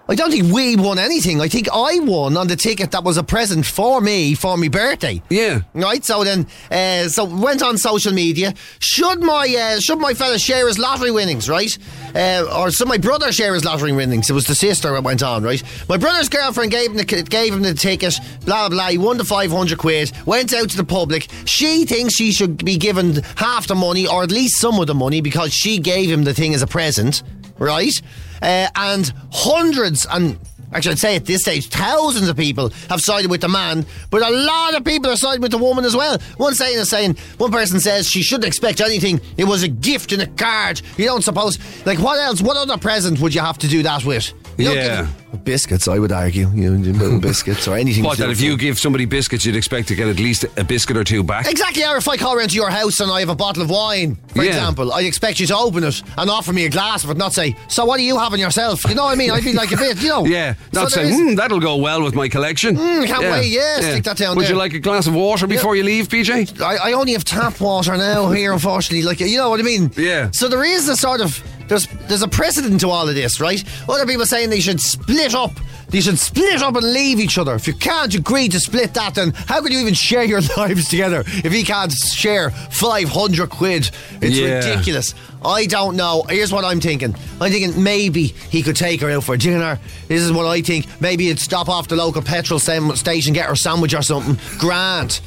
I don't think we won anything. I think I won on the ticket that was a present for me for my birthday."
Yeah.
Right. So then, uh, so went on social media. Should my uh, should my fella share his lottery winnings, right? Uh, or should my brother share his lottery winnings? It was the sister that went on, right? My brother's girlfriend gave him the gave him the ticket. Blah blah. blah. He won the five hundred quid. Went out to the public. She thinks she should be given half the money, or at least some of the money, because she gave him the thing as a present, right? Uh, and hundreds and Actually, I'd say at this stage, thousands of people have sided with the man, but a lot of people are siding with the woman as well. One saying is saying, one person says she shouldn't expect anything. It was a gift and a card. You don't suppose, like, what else? What other present would you have to do that with? You don't
Yeah.
give- biscuits, I would argue. You know, little biscuits or anything.
What,
to do
that if
with
you
it.
give somebody biscuits, you'd expect to get at least a biscuit or two back?
Exactly, or if I call round to your house and I have a bottle of wine, for
Yeah.
example, I expect you to open it and offer me a glass, but not say, "So what are you having yourself?" You know what I mean? I'd be like a bit, you know.
Yeah,
So
not
there
saying,
is- Hmm,
hmm, that'll go well with my collection.
can't wait, yeah, stick that down
Would you
there.
like a glass of water before you leave, PJ?
I, I only have tap water now here, unfortunately. Like you know what I mean?
Yeah.
So there is a sort of there's there's a precedent to all of this, right? Other people saying they should split up. They should split up and leave each other. If you can't agree to split that, then how can you even share your lives together if he can't share 500 quid? It's
Yeah.
ridiculous. I don't know. Here's what I'm thinking. I'm thinking maybe he could take her out for dinner. This is what I think. Maybe he'd stop off the local petrol sam- station, get her a sandwich or something. Grant.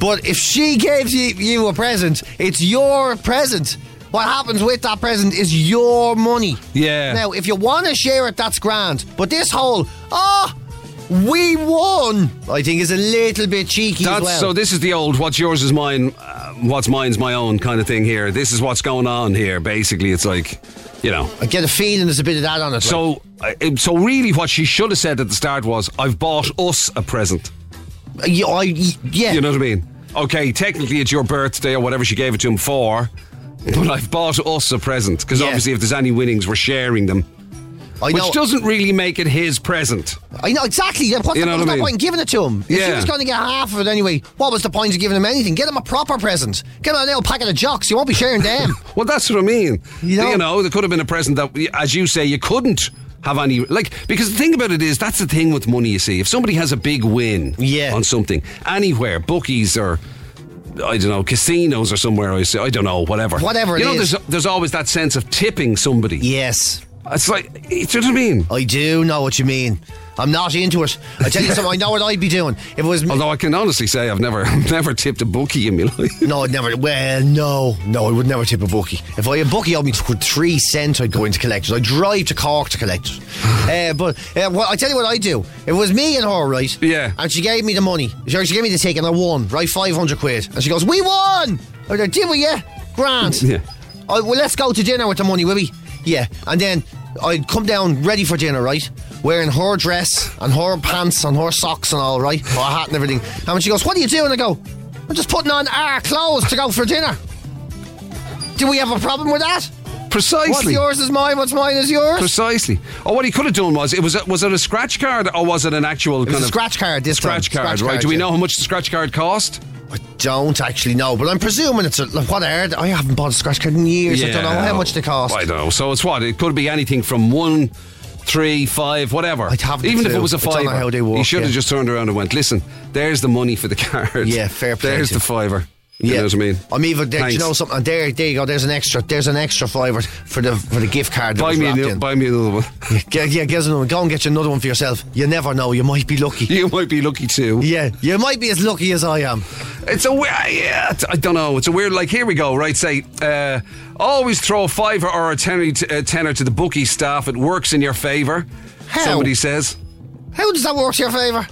But if she gave you, you a present, it's your present. What happens with that present is your money.
Yeah.
Now, if you want to share it, that's grand. But this whole, ah, we won, I think is a little bit cheeky as
That's,
well.
So this is the old, what's yours is mine. Uh, what's mine's my own kind of thing here. This is what's going on here. Basically, it's like, you know.
I get a feeling there's a bit of that on it. like.
So, I- so really, what she should have said at the start was, "I've bought us a present."
yeah, I, yeah.
You know what I mean? Okay, technically it's your birthday or whatever she gave it to him for, but I've bought us a present because
Yeah.
obviously if there's any winnings, we're sharing them,
I
which
know,
doesn't really make it his present.
I know exactly. What's
You
the,
know
what's
what I
the
mean?
point in giving it to him? If he
Yeah.
was going to get half of it anyway, what was the point of giving him anything? Get him a proper present. Get him a little packet of jocks. You won't be sharing them.
Well, that's what I mean.
You
You
know-
know, there could have been a present that, as you say, you couldn't have any. Like, because the thing about it is, that's the thing with money, you see. If somebody has a big win
Yeah.
on something, anywhere, bookies or. I don't know, casinos or somewhere. I say, I don't know, whatever.
Whatever it
you know,
is.
there's there's always that sense of tipping somebody.
yes,
It's like, you know what I mean?
I do know what you mean. I'm not into it. I tell you something. I know what I'd be doing if it was. me-
Although I can honestly say I've never I've never tipped a bookie in my life.
No, I'd never. Well, no, no, I would never tip a bookie. If I a bookie owed me th- three cents, I'd go into collectors. I'd drive to Cork to collectors. uh, but uh, well, I tell you what I do. If it was me and her, right?
Yeah.
And she gave me the money. She, she gave me the ticket, and I won, right? Five hundred quid. And she goes, "We won." I go, "Did we? Yeah, grand."
Yeah.
I, well, let's go to dinner with the money, will we? Yeah. And then I'd come down ready for dinner, right? Wearing her dress and her pants and her socks and all, right? Her hat and everything. And when she goes, What are you doing? I go, I'm just putting on our clothes to go for dinner. Do we have a problem with that? What's
Precisely.
yours is mine, what's mine is yours?
Precisely. Or what he could have done was it was a, was it a scratch card or was it an actual
it
kind
was a
of
scratch card this time.
scratch card? right. Do we
yeah.
know how much the scratch card cost?
I don't actually know, but I'm presuming it's a, like, what are they? I haven't bought a scratch card in years. I don't know how much they cost.
I don't know. So it's what it could be anything from one, three, five, whatever.
I'd have no
Even if
clue.
it was a
I don't
fiver,
know how they work,
he should have
yeah.
just turned around and went, "Listen, there's the money for the card.
Yeah, fair play
There's
to
the
you.
fiver. You know what I mean?
I'm even. There, do you
Thanks.
know something? There, there you go. There's an extra. There's an extra fiver for the for the gift card. That
Buy
was
me,
wrapped
another,
in.
buy me another one.
yeah, yeah, get another one. Go and get you another one for yourself. You never know. You might be lucky.
you might be lucky too.
Yeah, you might be as lucky as I am.
It's a weird, yeah, it's- I don't know. It's a weird, like, here we go, right? Say, uh, always throw a fiver or a tenner to, a tenner to the bookie staff. It works in your favour.
How?
Somebody says.
How does that work to your favour?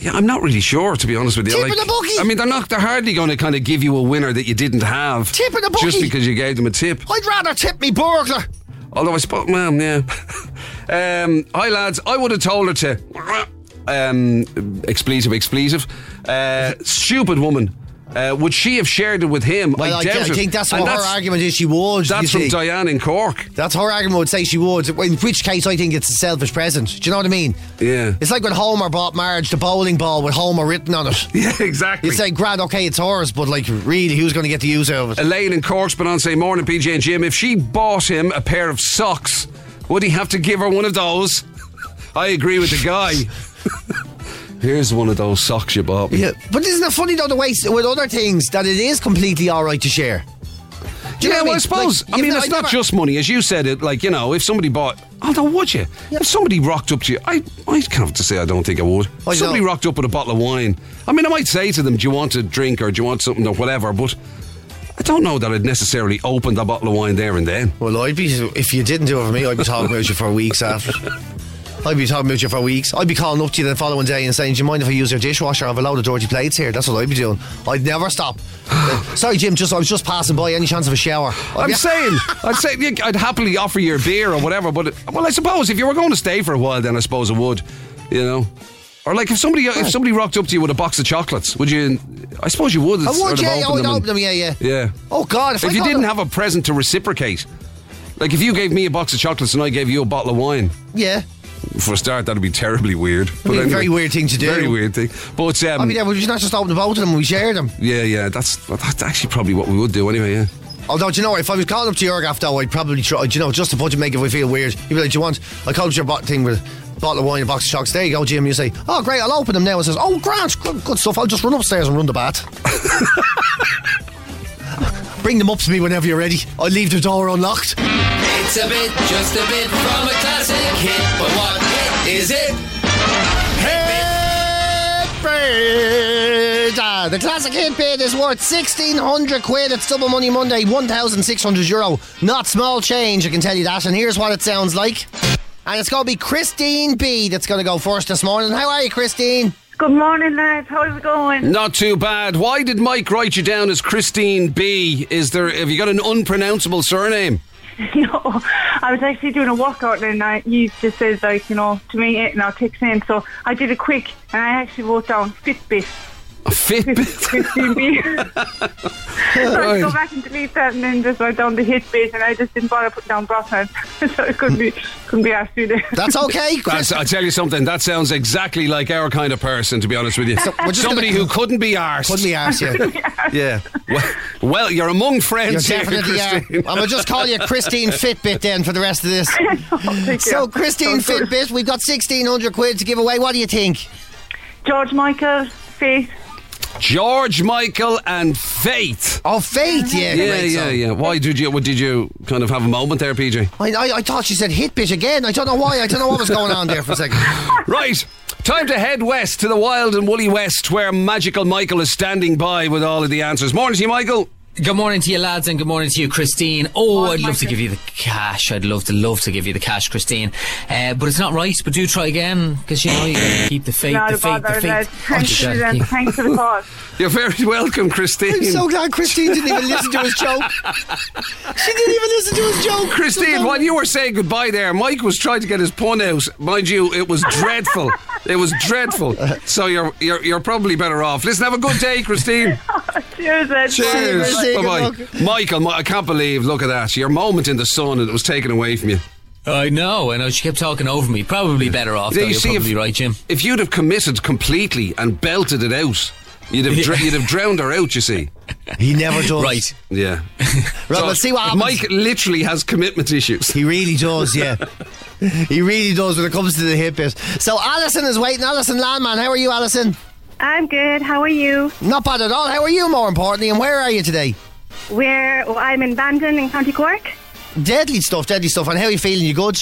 Yeah, I'm not really sure, to be honest with you.
Tip of the bookie.
I mean, they're not. They're hardly going to kind of give you a winner that you didn't have.
Tip of the
Just
bookie.
because you gave them a tip.
I'd rather tip me burglar.
Although I spoke, ma'am, yeah. um, hi, lads. I would have told her to. Um, expletive, expletive. Uh, stupid woman. Uh, would she have shared it with him?
Well, I,
doubt
I
it.
think that's
And
what her argument is. She would. you
That's from
see.
Diane in Cork.
That's her argument would say she would. In which case, I think it's a selfish present. Do you know what I mean?
Yeah.
It's like when Homer bought Marge the bowling ball with Homer written on it.
Yeah, exactly.
You'd say, "Grand, okay, it's hers," but like, really, who's going to get the use out of it?
Elaine in Cork's been on say morning, PJ and Jim. If she bought him a pair of socks, would he have to give her one of those? I agree with the guy. Here's one of those socks you bought me.
Yeah, but isn't it funny though the way s- with other things that it is completely all right to share? Do you
yeah, well, I
know what mean?
suppose.
Like,
I mean,
even
it's
though
not
never-
just money, as you said. It like you know, if somebody bought, although would you? If somebody rocked up to you, I, I can't have to say I don't think I would.
I
If somebody
know.
rocked up with a bottle of wine. I mean, I might say to them, "Do you want a drink or do you want something or whatever?" But I don't know that I'd necessarily open the bottle of wine there and then.
Well, I'd be if you didn't do it for me, I'd be talking about you for weeks after. I'd be talking about you for weeks. I'd be calling up to you the following day and saying, "Do you mind if I use your dishwasher? I have a load of dirty plates here." That's what I'd be doing. I'd never stop. Uh, Sorry, Jim. Just I was just passing by. Any chance of a shower? I'd
I'm
be-
saying, I'd say yeah, I'd happily offer you a beer or whatever, but well, I suppose if you were going to stay for a while, then I suppose I would, you know. Or like if somebody if somebody rocked up to you with a box of chocolates, would you? I suppose you would.
I
sort
would.
of
Oh,
open
Yeah, I would
them and-
open them. Yeah, yeah.
Yeah.
Oh God! If,
If
I
you
got
didn't
them-
have a present to reciprocate, like if you gave me a box of chocolates and I gave you a bottle of wine,
yeah,
for a start, that'd be terribly weird. But
be a
anyway,
very weird thing to do.
Very weird thing. But um,
I mean, yeah, would you not just open the both of them and we share them?
yeah, yeah, that's that's actually probably what we would do anyway. Yeah.
Although, Oh, do you know, what, if I was calling up to your gaff though, I'd probably try, do you know, just to put you make it we feel weird. You'd be like, do you want, I called your bot thing with a bottle of wine, a box of chocolates. There you go, Jim. You say, oh, great, I'll open them now. And says, oh, Grant, good, good stuff. I'll just run upstairs and run the bat. Bring them up to me whenever you're ready. I'll leave the door unlocked.
It's a bit, just a bit from a classic hit, but what hit is it?
Bird. Ah, The classic hit bid is worth 1600 quid. It's double money Monday, 1600 euro. Not small change, I can tell you that. And here's what it sounds like. And it's going to be Christine B that's going to go first this morning. How are you, Christine?
Good morning, lads. How's
Mm.
it going?
Not too bad. Why did Mike write you down as Christine B? Is there have you got an unpronounceable surname?
no, I was actually doing a workout and I, you just says like, you know, to me it and I'll text in. So I did it quick and I actually wrote down Fitbit.
A Fitbit.
Christine B. so I
Right.
go back and delete that and then just write down the hit bit and I just didn't bother putting down Brosnan. so it couldn't be, couldn't be asked to do that.
That's okay, Chris.
That's, I'll tell you something. That sounds exactly like our kind of person, to be honest with you.
So, we're just
Somebody
gonna-
who couldn't be arsed.
Couldn't be arsed, yeah. yeah.
Well, well, you're among
You're
friends here,
definitely are.
Christine.
I'm going to just call you Christine Fitbit then for the rest of this.
Thank you.
So, Christine
So good.
Fitbit, we've got 1,600 quid to give away. What do you think?
George Michael, Faith.
George Michael and Faith.
Oh, Faith, yeah.
Yeah,
great
yeah,
song.
yeah. Why did you? What did you kind of have a moment there, PJ?
I, I, I thought she said hit bit again. I don't know why. I don't know what was going on there for a second.
Right. Time to head west to the wild and woolly west, where magical Michael is standing by with all of the answers. Morning to you, Michael.
Good morning to you, lads, and good morning to you, Christine. Oh, I'd love to
Michael.
give you the cash. I'd love to love to give you the cash, Christine. Uh, but it's not right. But do try again, because you know you gotta keep the faith,
Not
the
a
faith, the
bother, lads.
faith. Oh,
Thanks,
you
for
gotta
the-
keep-
thanks for the call.
You're very welcome, Christine.
I'm so glad Christine didn't even listen to his joke. She didn't even listen to his joke.
Christine, while you were saying goodbye there, Mike was trying to get his pun out. Mind you, it was dreadful. It was dreadful. So you're you're, you're probably better off. Listen, have a good day, Christine.
Cheers, lads.
Cheers.
Christine. Good
Bye
luck.
bye. Michael, Mi- I can't believe. Look at that. Your moment in the sun, and it was taken away from you.
I know. I know. She kept talking over me. Probably better off. Though.
There
You
you
are
see,
probably
if-
right, Jim.
If you'd have committed completely and belted it out, you'd have dr- you'd have drowned her out. You see.
He never does.
Right.
Yeah.
Right, we'll see what happens.
Mike literally has commitment issues.
He really does, yeah. he really does when it comes to the hit bit. So Alison is waiting. Alison Landman, how are you, Alison?
I'm good. How are you?
Not bad at all. How are you, more importantly, and where are you today?
We're, I'm in Bandon in County Cork.
Deadly stuff, deadly stuff. And how are you feeling? You good?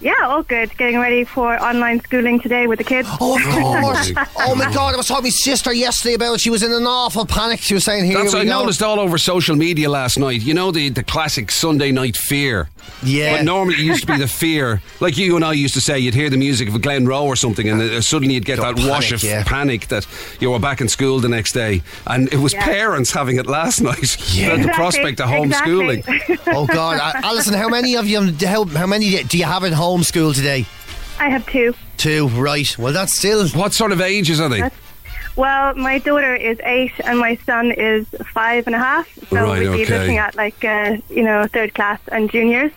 Yeah, all good. Getting ready for online schooling today with the kids.
Oh, of course.
my
oh, my God. I was talking to my sister yesterday about it. She was in an awful panic. She was saying, here
That's
we
I
go.
noticed all over social media last night. You know the, the classic Sunday night fear.
Yeah.
But normally it used to be the fear. Like you and I used to say, you'd hear the music of Glen Rowe or something, and uh, suddenly you'd get that wash
panic,
of
yeah.
panic that you were back in school the next day. And it was
Yeah.
parents having it last night.
Yeah.
About the
Exactly,
prospect of
exactly.
homeschooling.
Oh, God. Uh, Alison, how many of you, how, how many do you have in homeschool today?
I have two.
Two, right. Well, that's still.
What sort of ages are they?
Well, my daughter is eight and my son is five and a half. So
Right,
we'd be
okay.
looking at like, uh, you know, third class and juniors.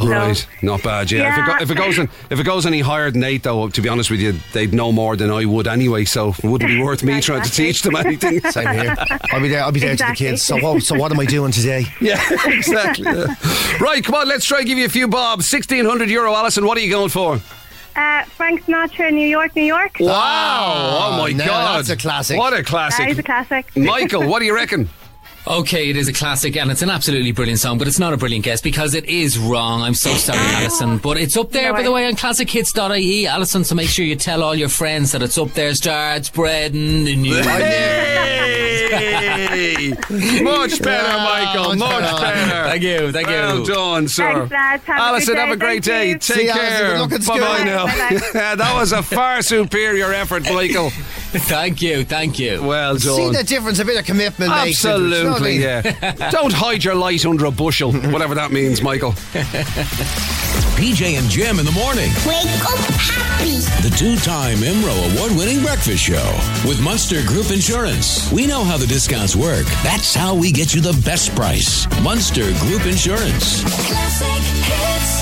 So-
Right, not bad. Yeah, If, it
Yeah.
go, if it goes in, if it goes any higher than eight, though, to be honest with you, they'd know more than I would anyway. So it wouldn't be worth me trying to
Exactly.
teach them anything.
Same here. I'll be there. I'll be there
Exactly.
to the kids. So, what, so what am I doing today?
Yeah, exactly. yeah. Right, come on, let's try and give you a few bob. 1600 euro, Alison, what are you going for?
Uh, Frank Sinatra, New York, New York.
Wow,
Ah,
oh my
now
God.
that's a classic.
What a classic.
That is a classic.
Michael, what do you reckon?
Okay, it is a classic and it's an absolutely brilliant song, but it's not a brilliant guess because it is wrong. I'm so sorry, Alison. But it's up there,
No
by the way,
worries.
on classichits.ie, Alison, so make sure you tell all your friends that it's up there. Starts spreading the news.
Hey! much better,
Yeah,
Michael.
much
Much
better.
better.
Thank you, thank you.
Well done, sir.
Thanks, lads. Have a
Alison,
good day.
have a great
Thank
day.
you.
Take
See you, Alison.
care.
Good luck at
bye
school.
bye now.
Bye-bye.
Yeah, that was a far superior effort, Michael.
thank you, thank you.
Well done.
See the difference? A bit of commitment makes a difference. You know what I
Absolutely,
mean?
yeah. Don't hide your light under a bushel, whatever that means, Michael.
PJ and Jim in the morning.
Wake up happy.
The two-time Imro award-winning breakfast show with Munster Group Insurance. We know how the discounts work. That's how we get you the best price. Munster Group Insurance.
Classic hits.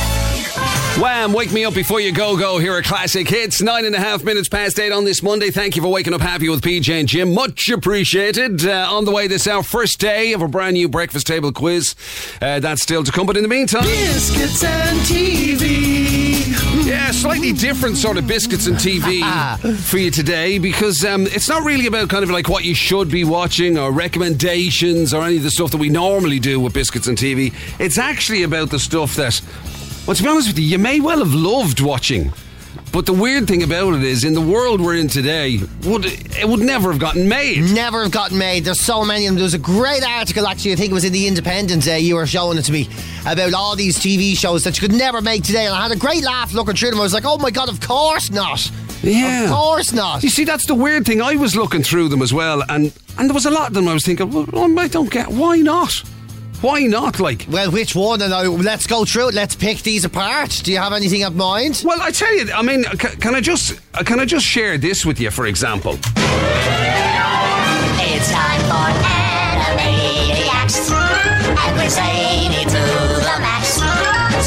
Wham! Wake me up before you go go. Here are classic hits. Nine and a half minutes past eight on this Monday. Thank you for waking up happy with PJ and Jim. Much appreciated. Uh, on the way, this our first day of a brand new breakfast table quiz. Uh, that's still to come. But in the meantime,
Biscuits and TV.
yeah, slightly different sort of biscuits and TV for you today because um, it's not really about kind of like what you should be watching or recommendations or any of the stuff that we normally do with biscuits and TV. It's actually about the stuff that, well, to be honest with you, you may well have loved watching. But the weird thing about it is, in the world we're in today, would it would never have gotten made.
Never have gotten made. There's so many of them. There was a great article, actually, I think it was in The Independent Day, you were showing it to me, about all these TV shows that you could never make today. And I had a great laugh looking through them. I was like, oh my God, of course not.
Yeah.
Of course not.
You see, that's the weird thing. I was looking through them as well, and and there was a lot of them. I was thinking, well, I don't get why not. Why not? Like,
Well, which one? And I, let's go through it. Let's pick these apart. Do you have anything in mind?
well, I tell you, I mean, ca- can I just can I just share this with you, for example?
It's time for Animaniacs. And we're zany to the max.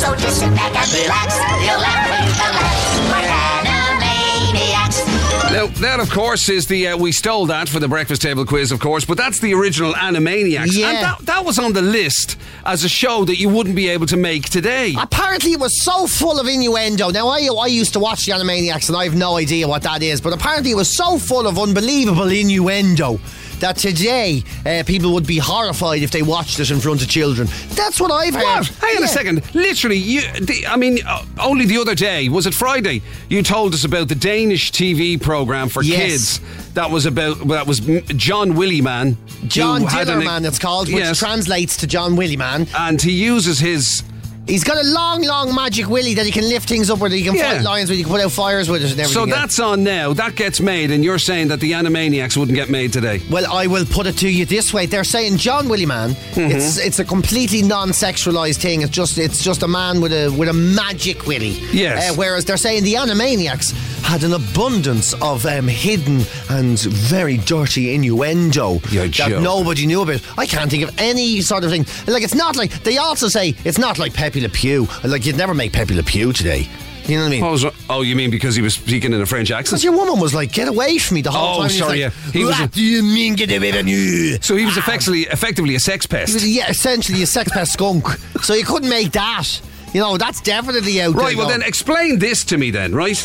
So just sit back and relax. You'll laugh with the laughs. We're Animaniacs.
Now, that of course is the uh, we stole that for the breakfast table quiz, of course, but that's the original Animaniacs,
Yeah.
and that, that was on the list as a show that you wouldn't be able to make today.
Apparently, it was so full of innuendo. Now, I, I used to watch the Animaniacs and I have no idea what that is, but apparently, it was so full of unbelievable innuendo that today uh, people would be horrified if they watched it in front of children. That's what I've heard.
What? Hang on
Yeah.
a second. Literally, you. The, I mean, uh, only the other day was it Friday? You told us about the Danish TV program for
Yes.
kids that was about that was M- John Willyman.
John
who had an-
Dillerman, it's called, which
yes,
translates to John Willyman.
and he uses his.
He's got a long, long magic willy that he can lift things up with, he can
Yeah.
fight lions with, he can put out fires with it and everything.
So
else.
that's on now. That gets made, and you're saying that the Animaniacs wouldn't get made today.
Well, I will put it to you this way: they're saying John Willie Man.
Mm-hmm.
It's it's a completely non-sexualized thing. It's just it's just a man with a with a magic willy.
Yes.
Uh, whereas they're saying the Animaniacs had an abundance of um, hidden and very dirty innuendo
You're
that
joking.
nobody knew about. I can't think of any sort of thing. Like it's not like they also say it's not like Pepe Le Pew. Like you'd never make Pepe Le Pew today. You know what I mean?
Oh, so- oh, you mean because he was speaking in a French accent?
Because your woman was like, "Get away from me!" The whole
Oh,
time. He's
sorry,
like,
yeah. He was
what
a-
do you mean, get away from you?
So he was effectively effectively a sex
He was
pest.
yeah, essentially a sex pest skunk. So you couldn't make that. You know, that's definitely out there.
Right. Well,
though.
then explain this to me, then. Right.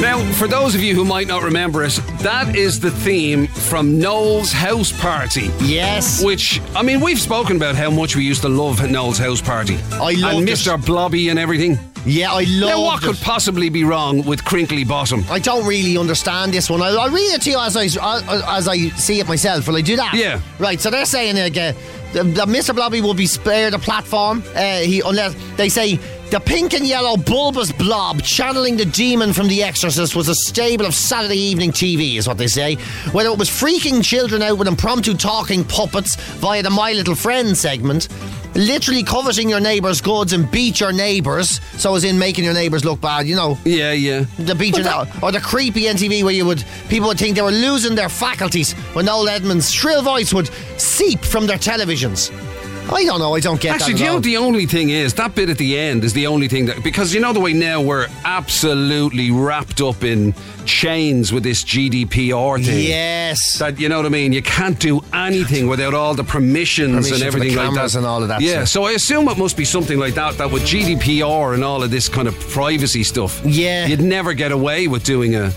Now, for those of you who might not remember it, that is the theme from Noel's House Party.
Yes.
Which, I mean, we've spoken about how much we used to love Noel's House Party.
I
And
loved it.
Mr. Blobby and everything.
Yeah, I love
Now, what could
it.
possibly be wrong with Crinkly Bottom?
I don't really understand this one. I'll, I'll read it to you as I, uh, as I see it myself. Will I do that?
Yeah.
Right, so they're saying like, uh, the, the Mr. Blobby will be spared a platform uh, he, unless they say the pink and yellow bulbous blob channeling the demon from The Exorcist was a staple of Saturday evening TV, is what they say. Whether it was freaking children out with impromptu talking puppets via the My Little Friend segment, literally coveting your neighbour's goods and beat your neighbours, so as in making your neighbours look bad, you know,
Yeah, yeah.
the beach and or the creepy NTV where you would people would think they were losing their faculties when Noel Edmonds' shrill voice would seep from their televisions. I don't know. I don't get
Actually,
that.
do
at
you know
all.
what the only thing is that bit at the end is the only thing that because you know the way now we're absolutely wrapped up in chains with this GDPR thing.
yes.
That you know what I mean? You can't do anything without all the permissions
Permission
and
for the
everything like
cameras
that.
and all of that
Yeah,
stuff.
so I assume it must be something like that. That with GDPR and all of this kind of privacy stuff.
Yeah.
you'd never get away with doing a,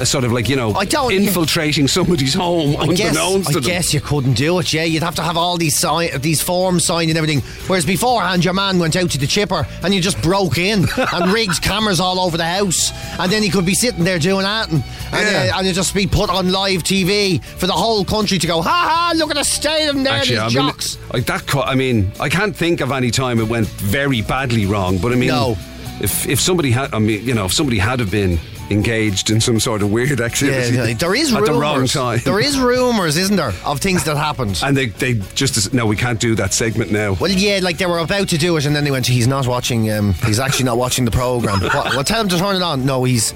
a sort of like you know
I don't-
infiltrating somebody's home
I guess,
unbeknownst to
I
them.
guess you couldn't do it, yeah. You'd have to have all these si- these forms signed and everything. Whereas beforehand, your man went out to the chipper and you just broke in and rigged cameras all over the house. And then he could be sitting there doing that and, and,
Yeah.
uh, and it'd just be put on live TV for the whole country to go, ha ha, look at the state of them there,
Actually, I
these
mean,
jocks.
like that. Co- I mean, I can't think of any time it went very badly wrong. But I mean,
No.
if if somebody had, I mean, you know, if somebody had have been engaged in some sort of weird
Yeah,
activity,
yeah, there is
at
rumors.
the wrong time.
There is rumors, isn't there, of things that happened?
and they they just no, we can't do that segment now.
well, yeah, like they were about to do it, and then they went, "He's not watching. Um, he's actually not watching the program." what, well, tell him to turn it on. No, he's.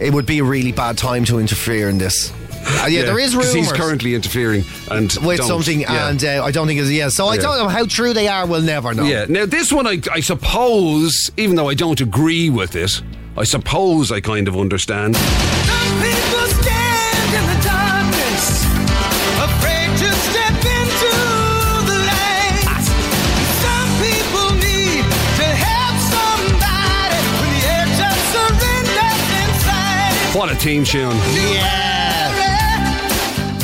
It would be a really bad time to interfere in this. Uh, yeah, there is
'cause
rumors.
He's currently interfering and
with
don't.
something,
Yeah.
and uh, I don't think it's yeah. So I
Yeah.
don't know how true they are. We'll never know.
Yeah. Now this one, I, I suppose, even though I don't agree with it, I suppose I kind of understand.
People stand in the darkness, afraid to step into the light. Some people need to help somebody when the edge of surrender's inside.
What a team tune!
Yeah.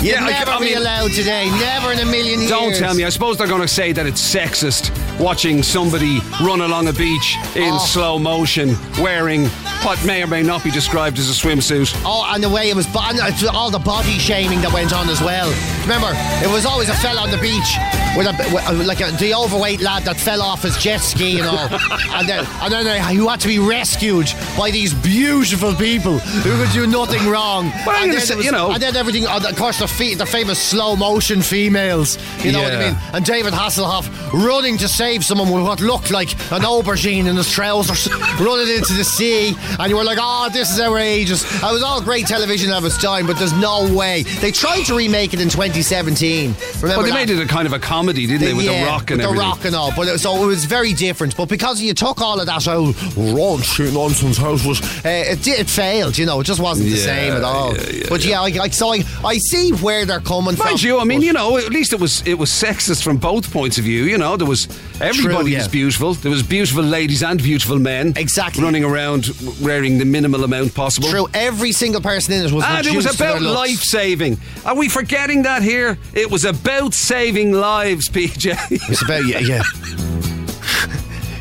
Yeah,
You'd
I-
never
I
be
mean-
allowed today. Never in a million years.
Don't tell me. I suppose they're going to say that it's sexist watching somebody run along a beach in
Oh.
slow motion wearing what may or may not be described as a swimsuit.
Oh, and the way it was, bo- and it's all the body shaming that went on as well. Remember, it was always a fella on the beach with a with, like a, the overweight lad that fell off his jet ski and all, and then and then they, who had to be rescued by these beautiful people who could do nothing wrong.
Well, I'm gonna
and then
say,
it was-
you know-
and then everything. and Of course, the fe- the famous slow motion females. You know what
Yeah.
I mean? And David Hasselhoff running to save someone with what looked like an aubergine in his trousers, running into the sea, and you were like, "Oh, this is outrageous." It was all great television of its time, but there's no way they tried to remake it in 2017. Remember?
Well, they
that?
made it a kind of a comedy, didn't they, with
yeah,
the rock and
with
everything?
the rock and all, but it, so it was very different. But because you took all of that old raunchy nonsense houseless, uh, it, di- it failed. You know, it just wasn't the
Yeah,
same at all.
yeah, yeah,
but yeah, I, I, so I, I see where they're coming from.
Mind you, I mean, you know, at least it was it was sexist from both points of view. You know, there was everybody
True,
was
yeah.
beautiful. There was beautiful ladies and beautiful men,
Exactly.
running around wearing the minimal amount possible.
True. Every single person in it was.
And it was
reduced to their
about
looks.
life saving. Are we forgetting that here? It was about saving lives, PJ.
It's about yeah, yeah.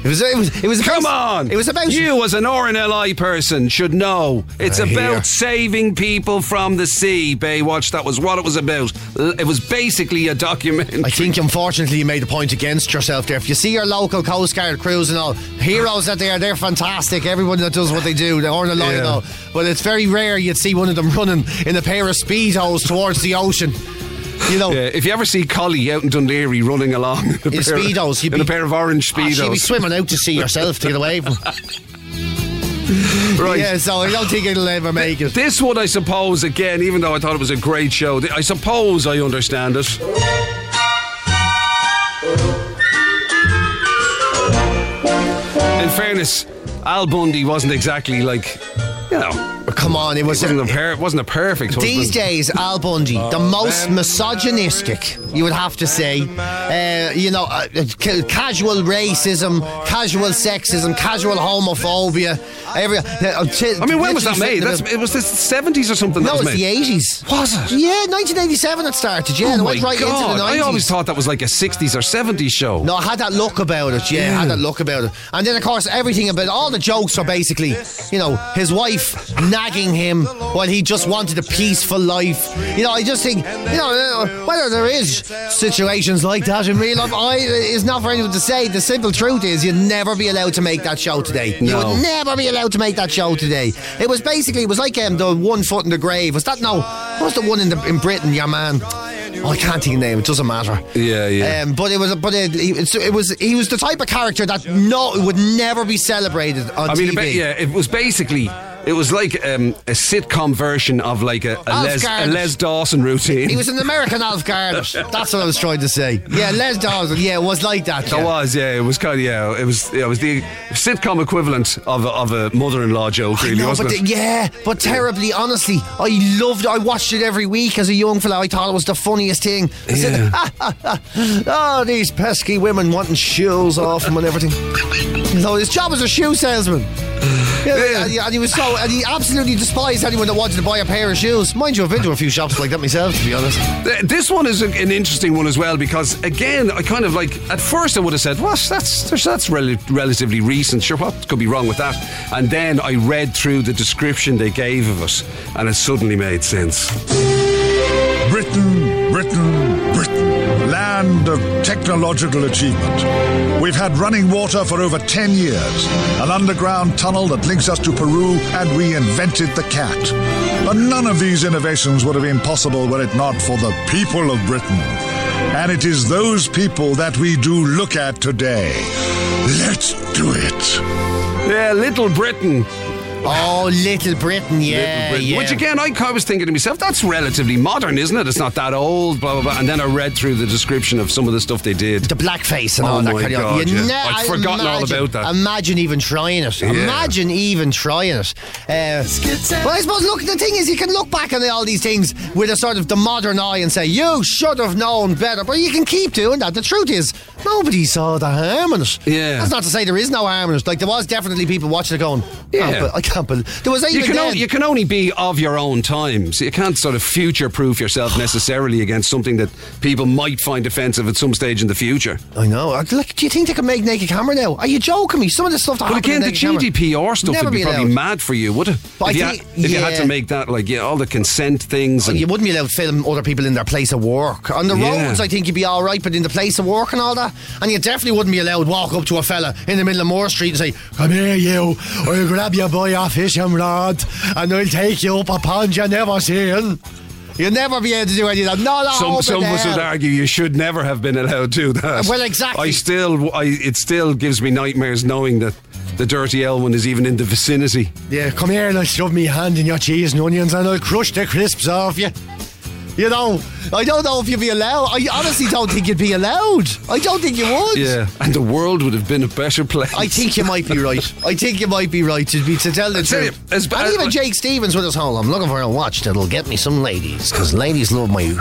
It was, it was. It was.
Come
about,
on!
It was about
you as an RNLI person should know. It's
I
about
hear.
saving people from the sea. Baywatch. That was what it was about. L- It was basically a documentary.
I think, unfortunately, you made a point against yourself there. If you see your local Coast Guard crews and all, heroes that they are, they're fantastic. Everyone that does what they do, they aren't a lot,
Yeah.
you know. But it's very rare you'd see one of them running in a pair of speedos towards the ocean. You know,
Yeah, Uh, if you ever see Collie out in Dunleary running along in a,
in
pair,
speedos, you'd
in a
be-
pair of orange
Ah, she'd be
speedos,
swimming out to sea yourself to get away from.
right?
Yeah, so I don't think it'll ever make it.
This one, I suppose, again, even though I thought it was a great show, th- I suppose I understand it. In fairness, Al Bundy wasn't exactly like, you know,
Come on, it was
wasn't a, per- wasn't a perfect
These
husband. Oh,
days, Al Bundy, the most misogynistic, you would have to say. Uh, you know, uh, ca- casual racism, casual sexism, casual homophobia. Every, uh, t-
I mean, when was that
literally
made?
fitting
That's,
it
it was the 70s or something
no,
that
it's
was made.
the 80s.
Was it?
Yeah, 1987 it started, yeah. and
Oh
it
my
went right
God.
into the 90s.
I always thought that was like a 60s or 70s show.
No, I had that look about it. Yeah, I had that look about it. And then, of course, everything about all the jokes are basically, you know, his wife nagging him while he just wanted a peaceful life. You know, I just think, you know, uh, whether there is situations like that in real life, I uh, is not for anyone to say. The simple truth is, you'd never be allowed to make that show today. You
No.
would never be allowed to make that show today. It was basically, it was like um, the one foot in the grave. Was that no? What was the one in the in Britain? Your man. Oh, I can't think of the name. It doesn't matter.
Yeah, yeah.
Um, but it was, but it, he- it's- it was, he was the type of character that no would never be celebrated on
I mean, it
TV.
ba- yeah, it was basically. It was like um, a sitcom version of like a, a,
Alf
Les, a
Garnett.
Les Dawson routine.
He was an American Alf Garnett. That's what I was trying to say. Yeah, Les Dawson. Yeah, it was like that.
It
yeah.
was, yeah. It was kind of, yeah. It was, yeah, it was the sitcom equivalent of a, of a mother-in-law joke, really,
No,
wasn't
but
it?
the- yeah, but terribly, honestly, I loved. I watched it every week as a young fella. I thought it was the funniest thing. I said,
Yeah.
oh, these pesky women wanting shoes off him and everything. so his job was a shoe salesman. Yeah,
Yeah.
And, he, and he was so, and he absolutely despised anyone that wanted to buy a pair of shoes. Mind you, I've been to a few shops like that myself, to be honest.
Th- This one is a, an interesting one as well because, again, I kind of like at first I would have said, "What? That's there's- that's rel- relatively recent. Sure, what could be wrong with that?" And then I read through the description they gave of it, and it suddenly made sense.
Britain, Britain, Britain. Land of technological achievement. We've had running water for over 10 years, an underground tunnel that links us to Peru, and we invented the cat. But none of these innovations would have been possible were it not for the people of Britain. And it is those people that we do look at today. Let's do it.
Yeah, Little Britain.
Oh, Little Britain, yeah,
Britain,
Uh, yeah.
Which again, I kind of was thinking to myself, that's relatively modern, isn't it? It's not that old, blah blah blah. And then I read through the description of some of the stuff they did.
the blackface and
Oh
all that
my
kind
God,
of. You
yeah.
ne-
I'd forgotten all about that.
Imagine even trying it. Imagine even trying it. Uh, well, I suppose look, the thing is, you can look back on all these things with a sort of the modern eye and say you should have known better, but you can keep doing that. The truth is, nobody saw the harm in it.
Yeah.
that's not to say there is no harm in it. Like there was definitely people watching it going, oh,
Yeah.
but I example. There was
you
even
can,
then,
only, you can only be of your own times. You can't sort of future proof yourself necessarily against something that people might find offensive at some stage in the future.
I know. I'd Like, do you think they can make naked camera now? Are you joking me? Some of the stuff that
But
happened in
again, the
naked camera-
GDPR stuff
Never
would be
been
probably
allowed.
mad for you, would it?
But I
if you,
think-
had, if you had
yeah.
to make that, like, yeah, all the consent things. And,
You wouldn't be allowed filming other people in their place of work. On the
Yeah.
roads, I think you'd be all right, but in the place of work and all that, and you definitely wouldn't be allowed to walk up to a fella in the middle of Moore Street and say, "Come here, you, or I'll grab your by your fishing rod, and I'll take you up a pond you never seen." You'd never be able to do any of that. Not a
some
hope
some
in
of us
hell.
would argue you should never have been allowed to do that.
Well, exactly.
I still, I, it still gives me nightmares knowing that the dirty L one is even in the vicinity.
Yeah, come here and I'll shove me hand in your cheese and onions and I'll crush the crisps off you. You know, I don't know if you'd be allowed. I honestly don't think you'd be allowed. I don't think you would.
Yeah, and the world would have been a better place.
I think you might be right. I think you might be right to be to tell the
I tell
truth.
you, as bad-
and even Jake Stevens with his whole, I'm looking for a watch that'll get me some ladies because ladies love my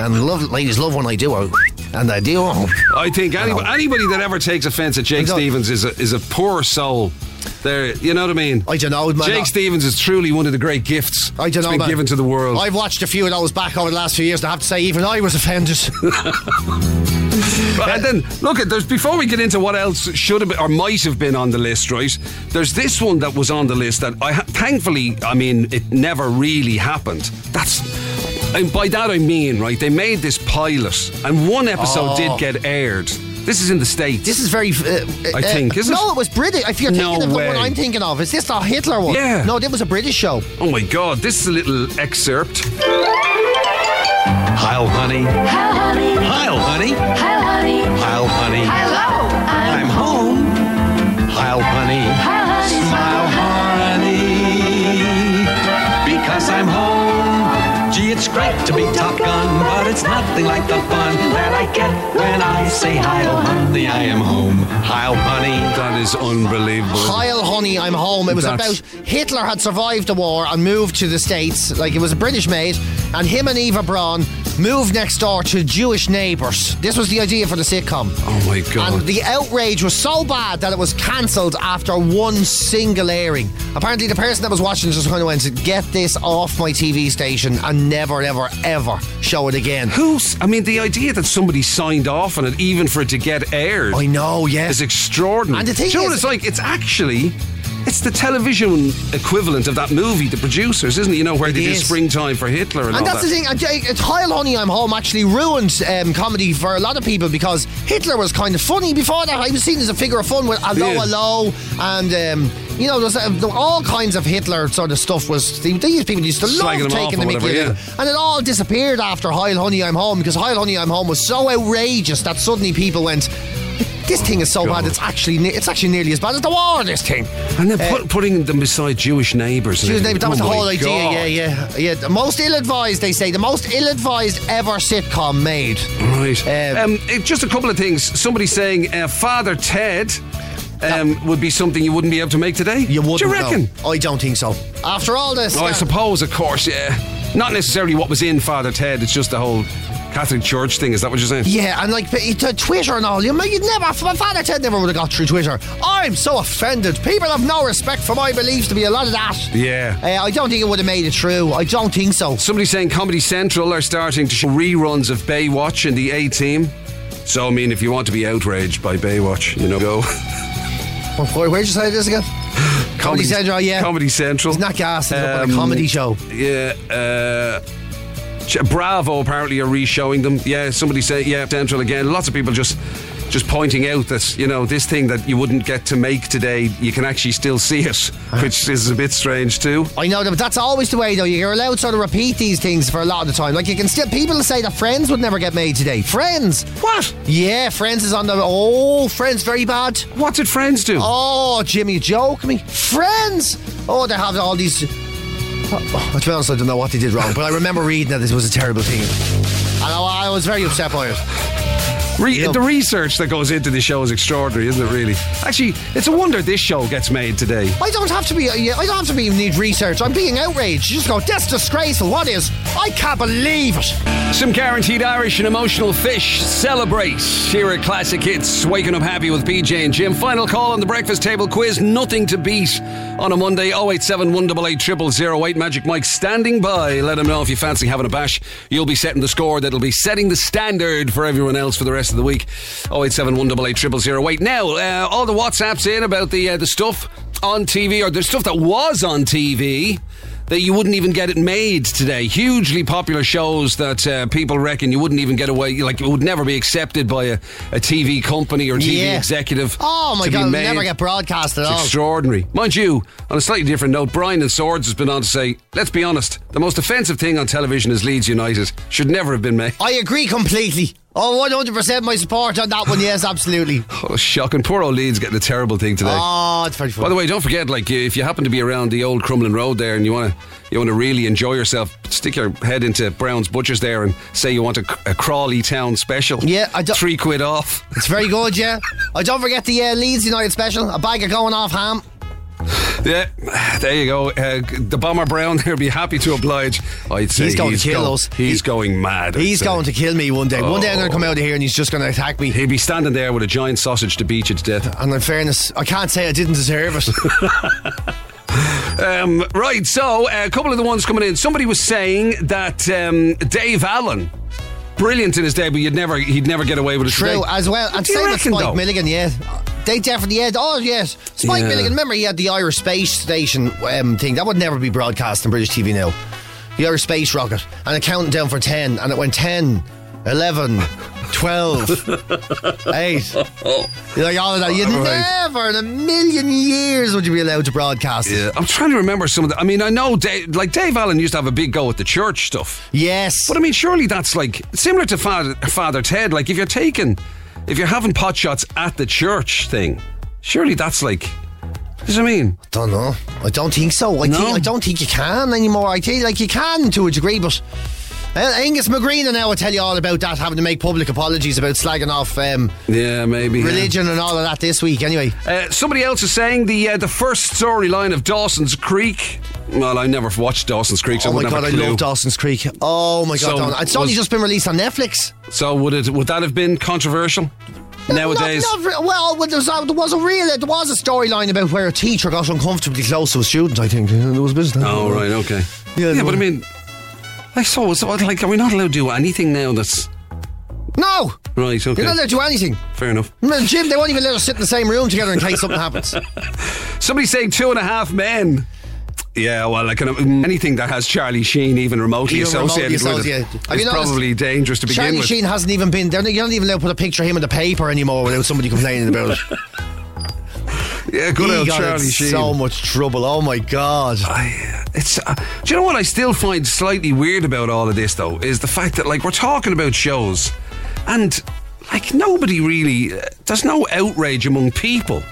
and love ladies love when I do a and I do. oh, a-
I think any, anybody that ever takes offence at Jake
I don't-
Stevens is a, is a poor soul. There, you know what I mean.
I don't know, man.
Jake Stevens is truly one of the great gifts
I don't
that's
know,
been
man.
given to the world.
I've watched a few of those back over the last few years, and I have to say, even I was offended.
But- and then look at there's before we get into what else should have been, or might have been on the list, right? There's this one that was on the list that I ha- thankfully, I mean, it never really happened. That's and by that I mean, right? They made this pilot, and one episode
Oh.
did get aired. This is in the states.
This is very. Uh,
I
uh,
think, is it?
No, it was British. If you're thinking
No
of the
way.
one I'm thinking of, is this the Hitler one?
Yeah.
No, that was a British show.
Oh my god, this is a little excerpt. Hi, honey.
Hello, honey. Hello, honey. Hello. I'm home. Hello, honey. Smile, honey. Because I'm home. Gee, it's great to be Top Gun, but it's nothing like the fun that I get when I say hi, oh, honey, I am home. Hi, oh, honey.
That is unbelievable.
Heil, honey, I'm home. It was
That's-
about Hitler had survived the war and moved to the States. Like, it was a British made, and him and Eva Braun moved next door to Jewish neighbours. This was the idea for the sitcom.
Oh my god.
And the outrage was so bad that it was cancelled after one single airing. Apparently, the person that was watching just kind of went, Get this off my TV station and never, ever, ever show it again.
Who's? I mean, the idea that somebody signed off on it, even for it to get aired,
I know, yeah.
is extraordinary.
And the thing
Do you know
is-
what it's like? It's actually. It's the television equivalent of that movie, The Producers, isn't it? You know, where they
is.
do springtime for Hitler and,
And
all
that's
that.
the thing. and Jake- It's Heil Honey I'm Home actually ruined um, comedy for a lot of people because Hitler was kind of funny before that. I was seen as a figure of fun with Allo
Yeah.
Allo and. Um, you know, there's, uh, there were all kinds of Hitler sort of stuff was. These people used to love
Slagging him off
taking the
or
mickey
whatever,
out of
yeah.
it. And it all disappeared after Heil Honey I'm Home because Heil Honey I'm Home was so outrageous that suddenly people went, This thing is so bad, it's actually ne- it's actually nearly as bad as the war, this thing.
And then put, putting them beside Jewish neighbours. and
She was named-
everything.
that was
Oh
the
my
whole idea.
God.
Yeah, yeah, yeah. The most ill-advised, they say, the most ill-advised ever sitcom made.
Right.
Um,
Um, it- just a couple of things. Somebody saying uh, Father Ted um, would be something you wouldn't be able to make today.
You wouldn't.
Do you reckon?
know. I don't think so. After all this,
Oh, I
uh,
suppose, of course, yeah. Not necessarily what was in Father Ted. It's just the whole Catholic Church thing. Is that what you're saying?
yeah, and like but it- uh, Twitter and all. You might you'd never. My father Ted never would have got through Twitter. I'm so offended. People have no respect for my beliefs. To be a lot of that.
Yeah.
Uh, I don't think it would have made it through. I don't think so.
Somebody saying Comedy Central are starting to show reruns of Baywatch and the A Team. So, I mean, if you want to be outraged by Baywatch, you know, go.
Where, where'd you say this again? Comedy, Central. Yeah.
Comedy Central.
He's not gassed up on a
Um,
comedy show.
Yeah. Uh, ch- Bravo apparently are re-showing them. Yeah, somebody say yeah Central again. Lots of people just just pointing out that you know this thing that you wouldn't get to make today, you can actually still see it,
Uh-huh.
which is a bit strange too.
I know, that, but that's always the way, though. You're allowed to sort of repeat these things for a lot of the time. Like, you can still. People say that Friends would never get made today. Friends!
What?
Yeah, Friends is on the. Oh, Friends, very bad.
What did Friends do?
Oh, Jimmy, you joke me. Friends! Oh, they have all these. Oh, to be honest, I don't know what they did wrong, but I remember reading that this was a terrible thing. And I, I was very upset by it.
Re- the research that goes into this show is extraordinary, isn't it? Really, actually, it's a wonder this show gets made today.
I don't have to be. uh, yeah, I don't have to be need research. I'm being outraged. You just go. That's disgraceful. What is? I can't believe it.
Some guaranteed Irish and emotional fish celebrates here at Classic Hits. Waking up happy with BJ and Jim. Final call on the breakfast table quiz. Nothing to beat on a Monday. 087 188 0008. Magic Mike standing by. Let him know if you fancy having a bash. You'll be setting the score. That'll be setting the standard for everyone else for the rest of the week. 087 188 0008. Now, uh, all the WhatsApps in about the uh, the stuff on TV or the stuff that was on TV that you wouldn't even get it made today. Hugely popular shows that uh, people reckon you wouldn't even get away, like it would never be accepted by a, a TV company or TV
Yeah.
executive.
Oh my
to be
god! it'll
made.
Never get broadcast at
It's
all.
extraordinary. Mind you, on a slightly different note, Brian and Swords has been on to say, let's be honest, the most offensive thing on television is Leeds United. Should never have been made.
I agree completely. Oh, 100 percent my support on that one. Yes, absolutely.
Oh, shocking. Poor old Leeds getting a terrible thing today.
Oh, it's very funny.
By the way, don't forget, like, uh, if you happen to be around the old Crumlin Road there and you want to you want to really enjoy yourself, stick your head into Brown's Butchers there and say you want a, a Crawley Town special. Yeah, I don't, three quid off.
It's very good. Yeah. I don't forget the uh, Leeds United special. A bag of going off ham.
Yeah, there you go. Uh, the bomber Brown there would be happy to oblige. I'd say
He's going to kill
go-
us.
He's going mad. I'd
He's
say.
going to kill me one day. One day I'm going to come
Oh.
out of here and he's just going to attack me.
He'd be standing there with a giant sausage to beat you to death.
And in fairness, I can't say I didn't deserve it.
Um, right, so uh, a couple of the ones coming in. Somebody was saying that um, Dave Allen, brilliant in his day, but you'd never he'd never get away with it.
True
today.
as well.
What
And
do you
same with
reckon,
Spike
though?
Milligan, yeah. They definitely had. Oh yes, Spike
Yeah.
Milligan. Remember, he had the Irish space station um, thing that would never be broadcast on British TV now. The Irish space rocket, and it counted down for ten, and it went 10, 11, 12, 8. You're like all of that. You
All right.
never in a million years would you be allowed to broadcast. it.
Yeah, Uh, I'm trying to remember some of the. I mean, I know, Dave, like Dave Allen used to have a big go at the church stuff.
Yes,
but I mean, surely that's like similar to Father, Father Ted. Like, if you're taking, if you're having pot shots at the church thing, surely that's like. What does it mean?
I don't know. I don't think so. I, think, I don't think you can anymore. I think like you can to a degree, but uh, Angus McGreen and now will tell you all about that, having to make public apologies about slagging off um,
Yeah, maybe. yeah.
religion and all of that this week. Anyway,
Uh, somebody else is saying the uh, the first storyline of Dawson's Creek. Well, I never watched Dawson's Creek, so
oh
I
my
wouldn't
god, I
have a clue.
love Dawson's Creek. Oh my god,
So
Don- it's only
was-
just been released on Netflix.
So would it would that have been controversial nowadays?
Not, not re- well, well, there was, a, there was a real, there was a storyline about where a teacher got uncomfortably close to a student. I think there was business.
Oh right, okay. Yeah, but I mean, I saw. So, like, are we not allowed to do anything now? That's
No,
right. Okay.
you're not allowed to do anything.
Fair enough.
Jim, they won't even let us sit in the same room together in case something happens.
Somebody saying two and a half men. Yeah, well, like an- um, anything that has Charlie Sheen even remotely
Even remotely
associated
associated.
with
Have
it
you
is
noticed
probably dangerous to begin
Charlie
with.
Sheen hasn't even been there. You're not even allowed to put a picture of him in the paper anymore without somebody complaining about it.
yeah, good
he
old
got in
Charlie Sheen. Ah,
So much trouble. Oh my god.
It's. Uh, do you know what I still find slightly weird about all of this though is the fact that like we're talking about shows, and like nobody really. Uh, there's no outrage among people.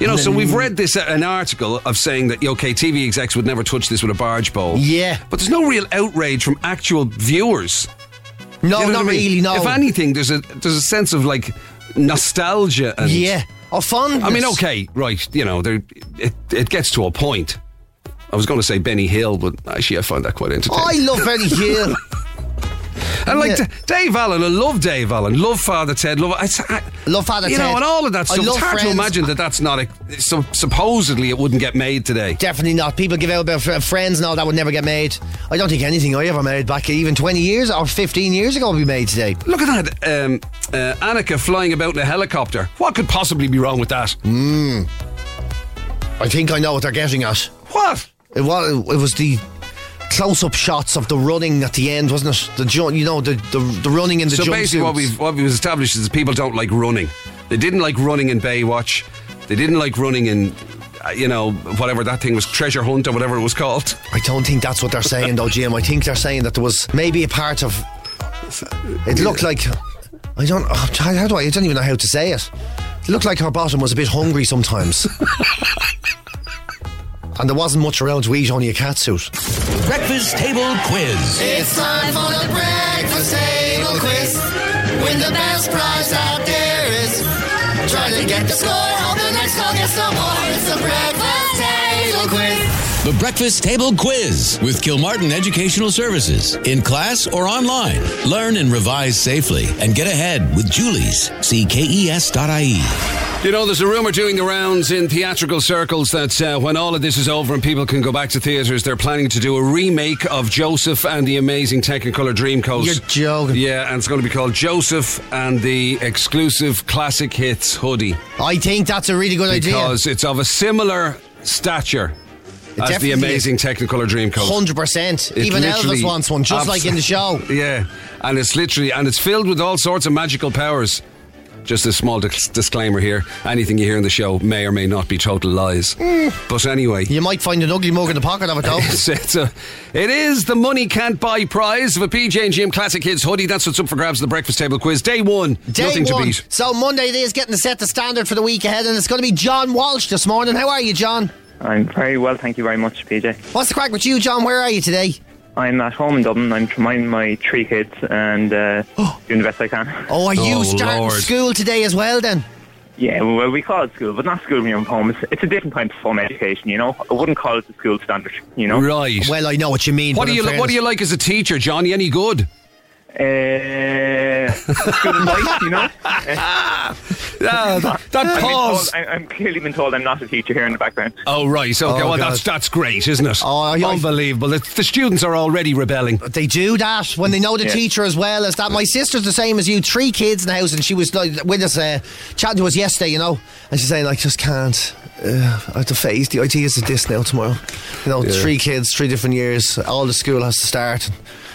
You know, so we've read this uh, an article of saying that okay, TV execs would never touch this with a barge pole.
Yeah.
but there's no real outrage from actual viewers.
No,
You know
Oh, not
what I mean?
really. No.
If anything, there's a there's a sense of like nostalgia and
yeah. Or fun.
I mean, okay, right. You know, there it, it gets to a point. I was going to say Benny Hill, but actually, I find that quite entertaining.
Oh, I love Benny Hill.
and like
yeah.
D- Dave Allen, I love Dave Allen, love Father Ted, love I, I-
Love Father
you
Ted.
know, and all of that
I
stuff. It's
love
hard to
Friends.
imagine that that's not a. So supposedly, it wouldn't get made today.
Definitely not. People give out about fr- friends and all that would never get made. I don't think anything I ever made back even 20 years or 15 years ago would be made today.
Look at that, um, uh, Annika flying about in a helicopter. What could possibly be wrong with that?
Mm. I think I know what they're getting at.
What?
It was, it was the close-up shots of the running at the end, wasn't it? The ju- you know the the, the running in the
so basically, what
jumpsuits.
we've what we've established is that people don't like running. They didn't like running in Baywatch. They didn't like running in, uh, you know, whatever that thing was, Treasure Hunt or whatever it was called.
I don't think that's what they're saying, though, Jim. I think they're saying that there was maybe a part of. It looked like. I don't. oh, How how do I? I don't even know how to say it. It looked like her bottom was a bit hungry sometimes. and there wasn't much around to eat, only a catsuit.
Breakfast table quiz.
It's time for the breakfast table quiz. Win the best prize at There's no more. It's a breakfast table quiz.
The Breakfast Table Quiz with Kilmartin Educational Services. In class or online, learn and revise safely and get ahead with Julie's. E See KES.ie.
You know, there's a rumour doing the rounds in theatrical circles that uh, when all of this is over and people can go back to theatres, they're planning to do a remake of Joseph and the Amazing Technicolor Dreamcoat.
You're joking.
Yeah, and it's going to be called Joseph and the Exclusive Classic Hits Hoodie.
I think that's a really good idea.
Because it's of a similar stature as the
definitely
Amazing Technicolor Dreamcoat.
Hundred percent.
It
Even Elvis
literally-
wants one, just like in the show.
Yeah, and it's literally and it's filled with all sorts of magical powers. Just a small dis- disclaimer here: anything you hear in the show may or may not be total lies.
Mm.
But anyway,
you might find an ugly mug in the pocket of it though.
It's, it's a, it is the money can't buy prize of a PJ and Jim Classic Kids hoodie. That's what's up for grabs. in The breakfast table quiz, day one.
Day
nothing
one.
to beat.
So Monday it is getting to set the standard for the week ahead, and it's going to be John Walsh this morning. How are you, John?
I'm very well, thank you very much, PJ.
What's the crack with you, John? Where are you today?
I'm at home in Dublin. I'm minding my three kids and uh, doing the best I can.
Oh, are you starting school today as well? Then
Yeah, well, we call it school, but not school when you're home. It's, it's a different kind of form of education, you know. I wouldn't call it the school standard, you know.
Right.
Well, I know what you mean.
What do you li- What do you like as a teacher, Johnny? Any good?
Uh, good life, you know.
Ah, that that
I've been
pause.
told- I, I'm clearly been told I'm not a teacher here in the background.
Oh right, okay.
Oh,
well,
God.
that's that's great, isn't it? Oh, unbelievable! The, the students are already rebelling.
They do that when they know the
Yeah.
teacher as well as that. My sister's the same as you, three kids in the house, and she was like with us uh, chatting to us yesterday, you know, and she's saying like, just can't. Uh, I have to face the idea is that this now tomorrow. You know,
Yeah.
three kids, three different years. All the school has to start.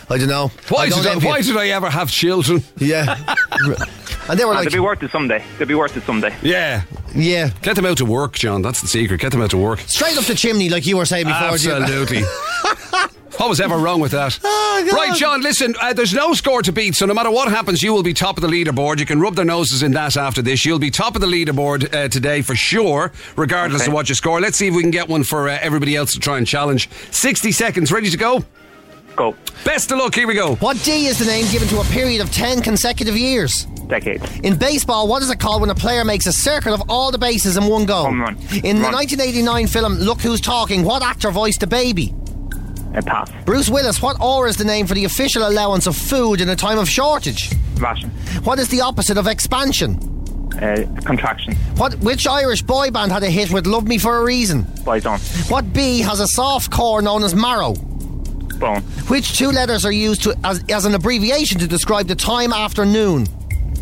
I don't know.
Why
I don't
did I,
envy
Why
it.
did I ever have children?
Yeah. and they were
Ah,
like,
they'll be worth it someday. They'll be worth it someday.
Yeah.
Yeah.
Get them out to work, John. That's the secret. Get them out to work.
straight up the chimney, like you were saying before. Jim.
Absolutely. what was ever wrong with that?
God.
right, John, listen, uh, there's no score to beat, so no matter what happens, you will be top of the leaderboard. You can rub their noses in that after this. You'll be top of the leaderboard uh, today for sure, regardless of what you score. Let's see if we can get one for uh, everybody else to try and challenge. 60 seconds. Ready to go?
Go.
Best of luck. Here we go.
What D is the name given to a period of 10 consecutive years?
Decades.
In baseball, what is it called when a player makes a circle of all the bases in one go?
Home run.
In the
Run.
1989 film Look Who's Talking, what actor voiced the baby?
A pass.
Bruce Willis, what ore is the name for the official allowance of food in a time of shortage?
Ration.
What is the opposite of expansion?
Uh, contraction.
What, which Irish boy band had a hit with Love Me for a Reason?
Boys on.
What bee has a soft core known as marrow?
Bone.
Which two letters are used to, as, as an abbreviation to describe the time after noon?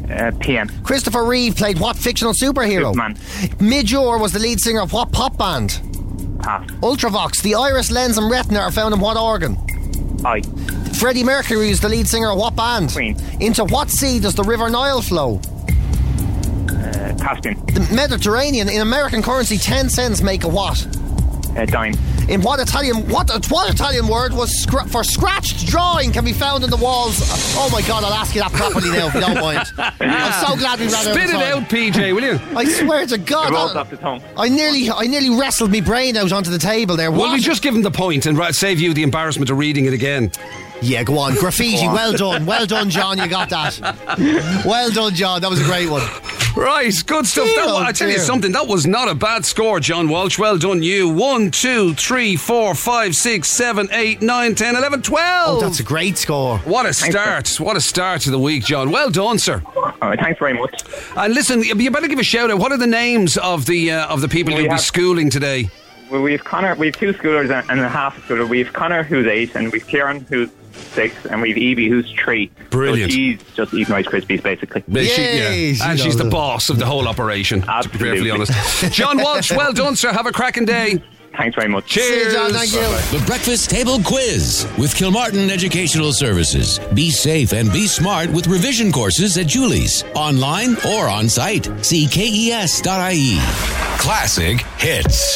Uh, PM.
Christopher Reeve played what fictional superhero?
Superman.
Midjor was the lead singer of what pop band?
Pass.
Ultravox, the iris, lens, and retina are found in what organ?
Eye.
Freddie Mercury is the lead singer of what band? Queen. Into what sea does the River Nile flow?
Uh, Caspian.
The Mediterranean. In American currency, 10 cents make a what?
Uh, dime.
In what Italian what what Italian word was scra- for scratched drawing can be found in the walls? Oh my God! I'll ask you that properly now if you don't mind. I'm so glad we ran out.
Spit
of
it
time.
out, PJ, will you?
I swear to God,
It rolls
I-
off the tongue.
I nearly, I nearly wrestled my brain out onto the table there.
Well, we just give him the point and right, save you the embarrassment of reading it again.
Yeah, go on. Graffiti, well done, well done, John. You got that. Well done, John. That was a great one.
Right, good stuff.
Dear,
That wa-
oh,
I tell you
dear.
something, that was not a bad score, John Walsh. Well done, you. One, two, three, four, five, six, seven, eight, nine, ten, eleven, twelve.
Oh, that's a great score.
What a start. What a start to the week, John. Well done, sir. All
right, thanks very much.
And listen, you better give a shout out. What are the names of the uh, of the people
We
you'll be
have-
schooling today?
Well, we've Connor, we've two schoolers and and a half schooler. We've Connor who's eight, and we've Kieran who's six, and we've Evie who's three.
Brilliant.
So she's just eating Rice Krispies basically.
She- yeah. And she's the boss of the whole operation, to be
Absolutely.
perfectly honest. John Walsh, well done, sir. Have a cracking day.
Thanks very much.
Cheers.
The Breakfast Table Quiz with Kilmartin Educational Services. Be safe and be smart with revision courses at Julie's, E online or on site. See KES.ie. Classic hits.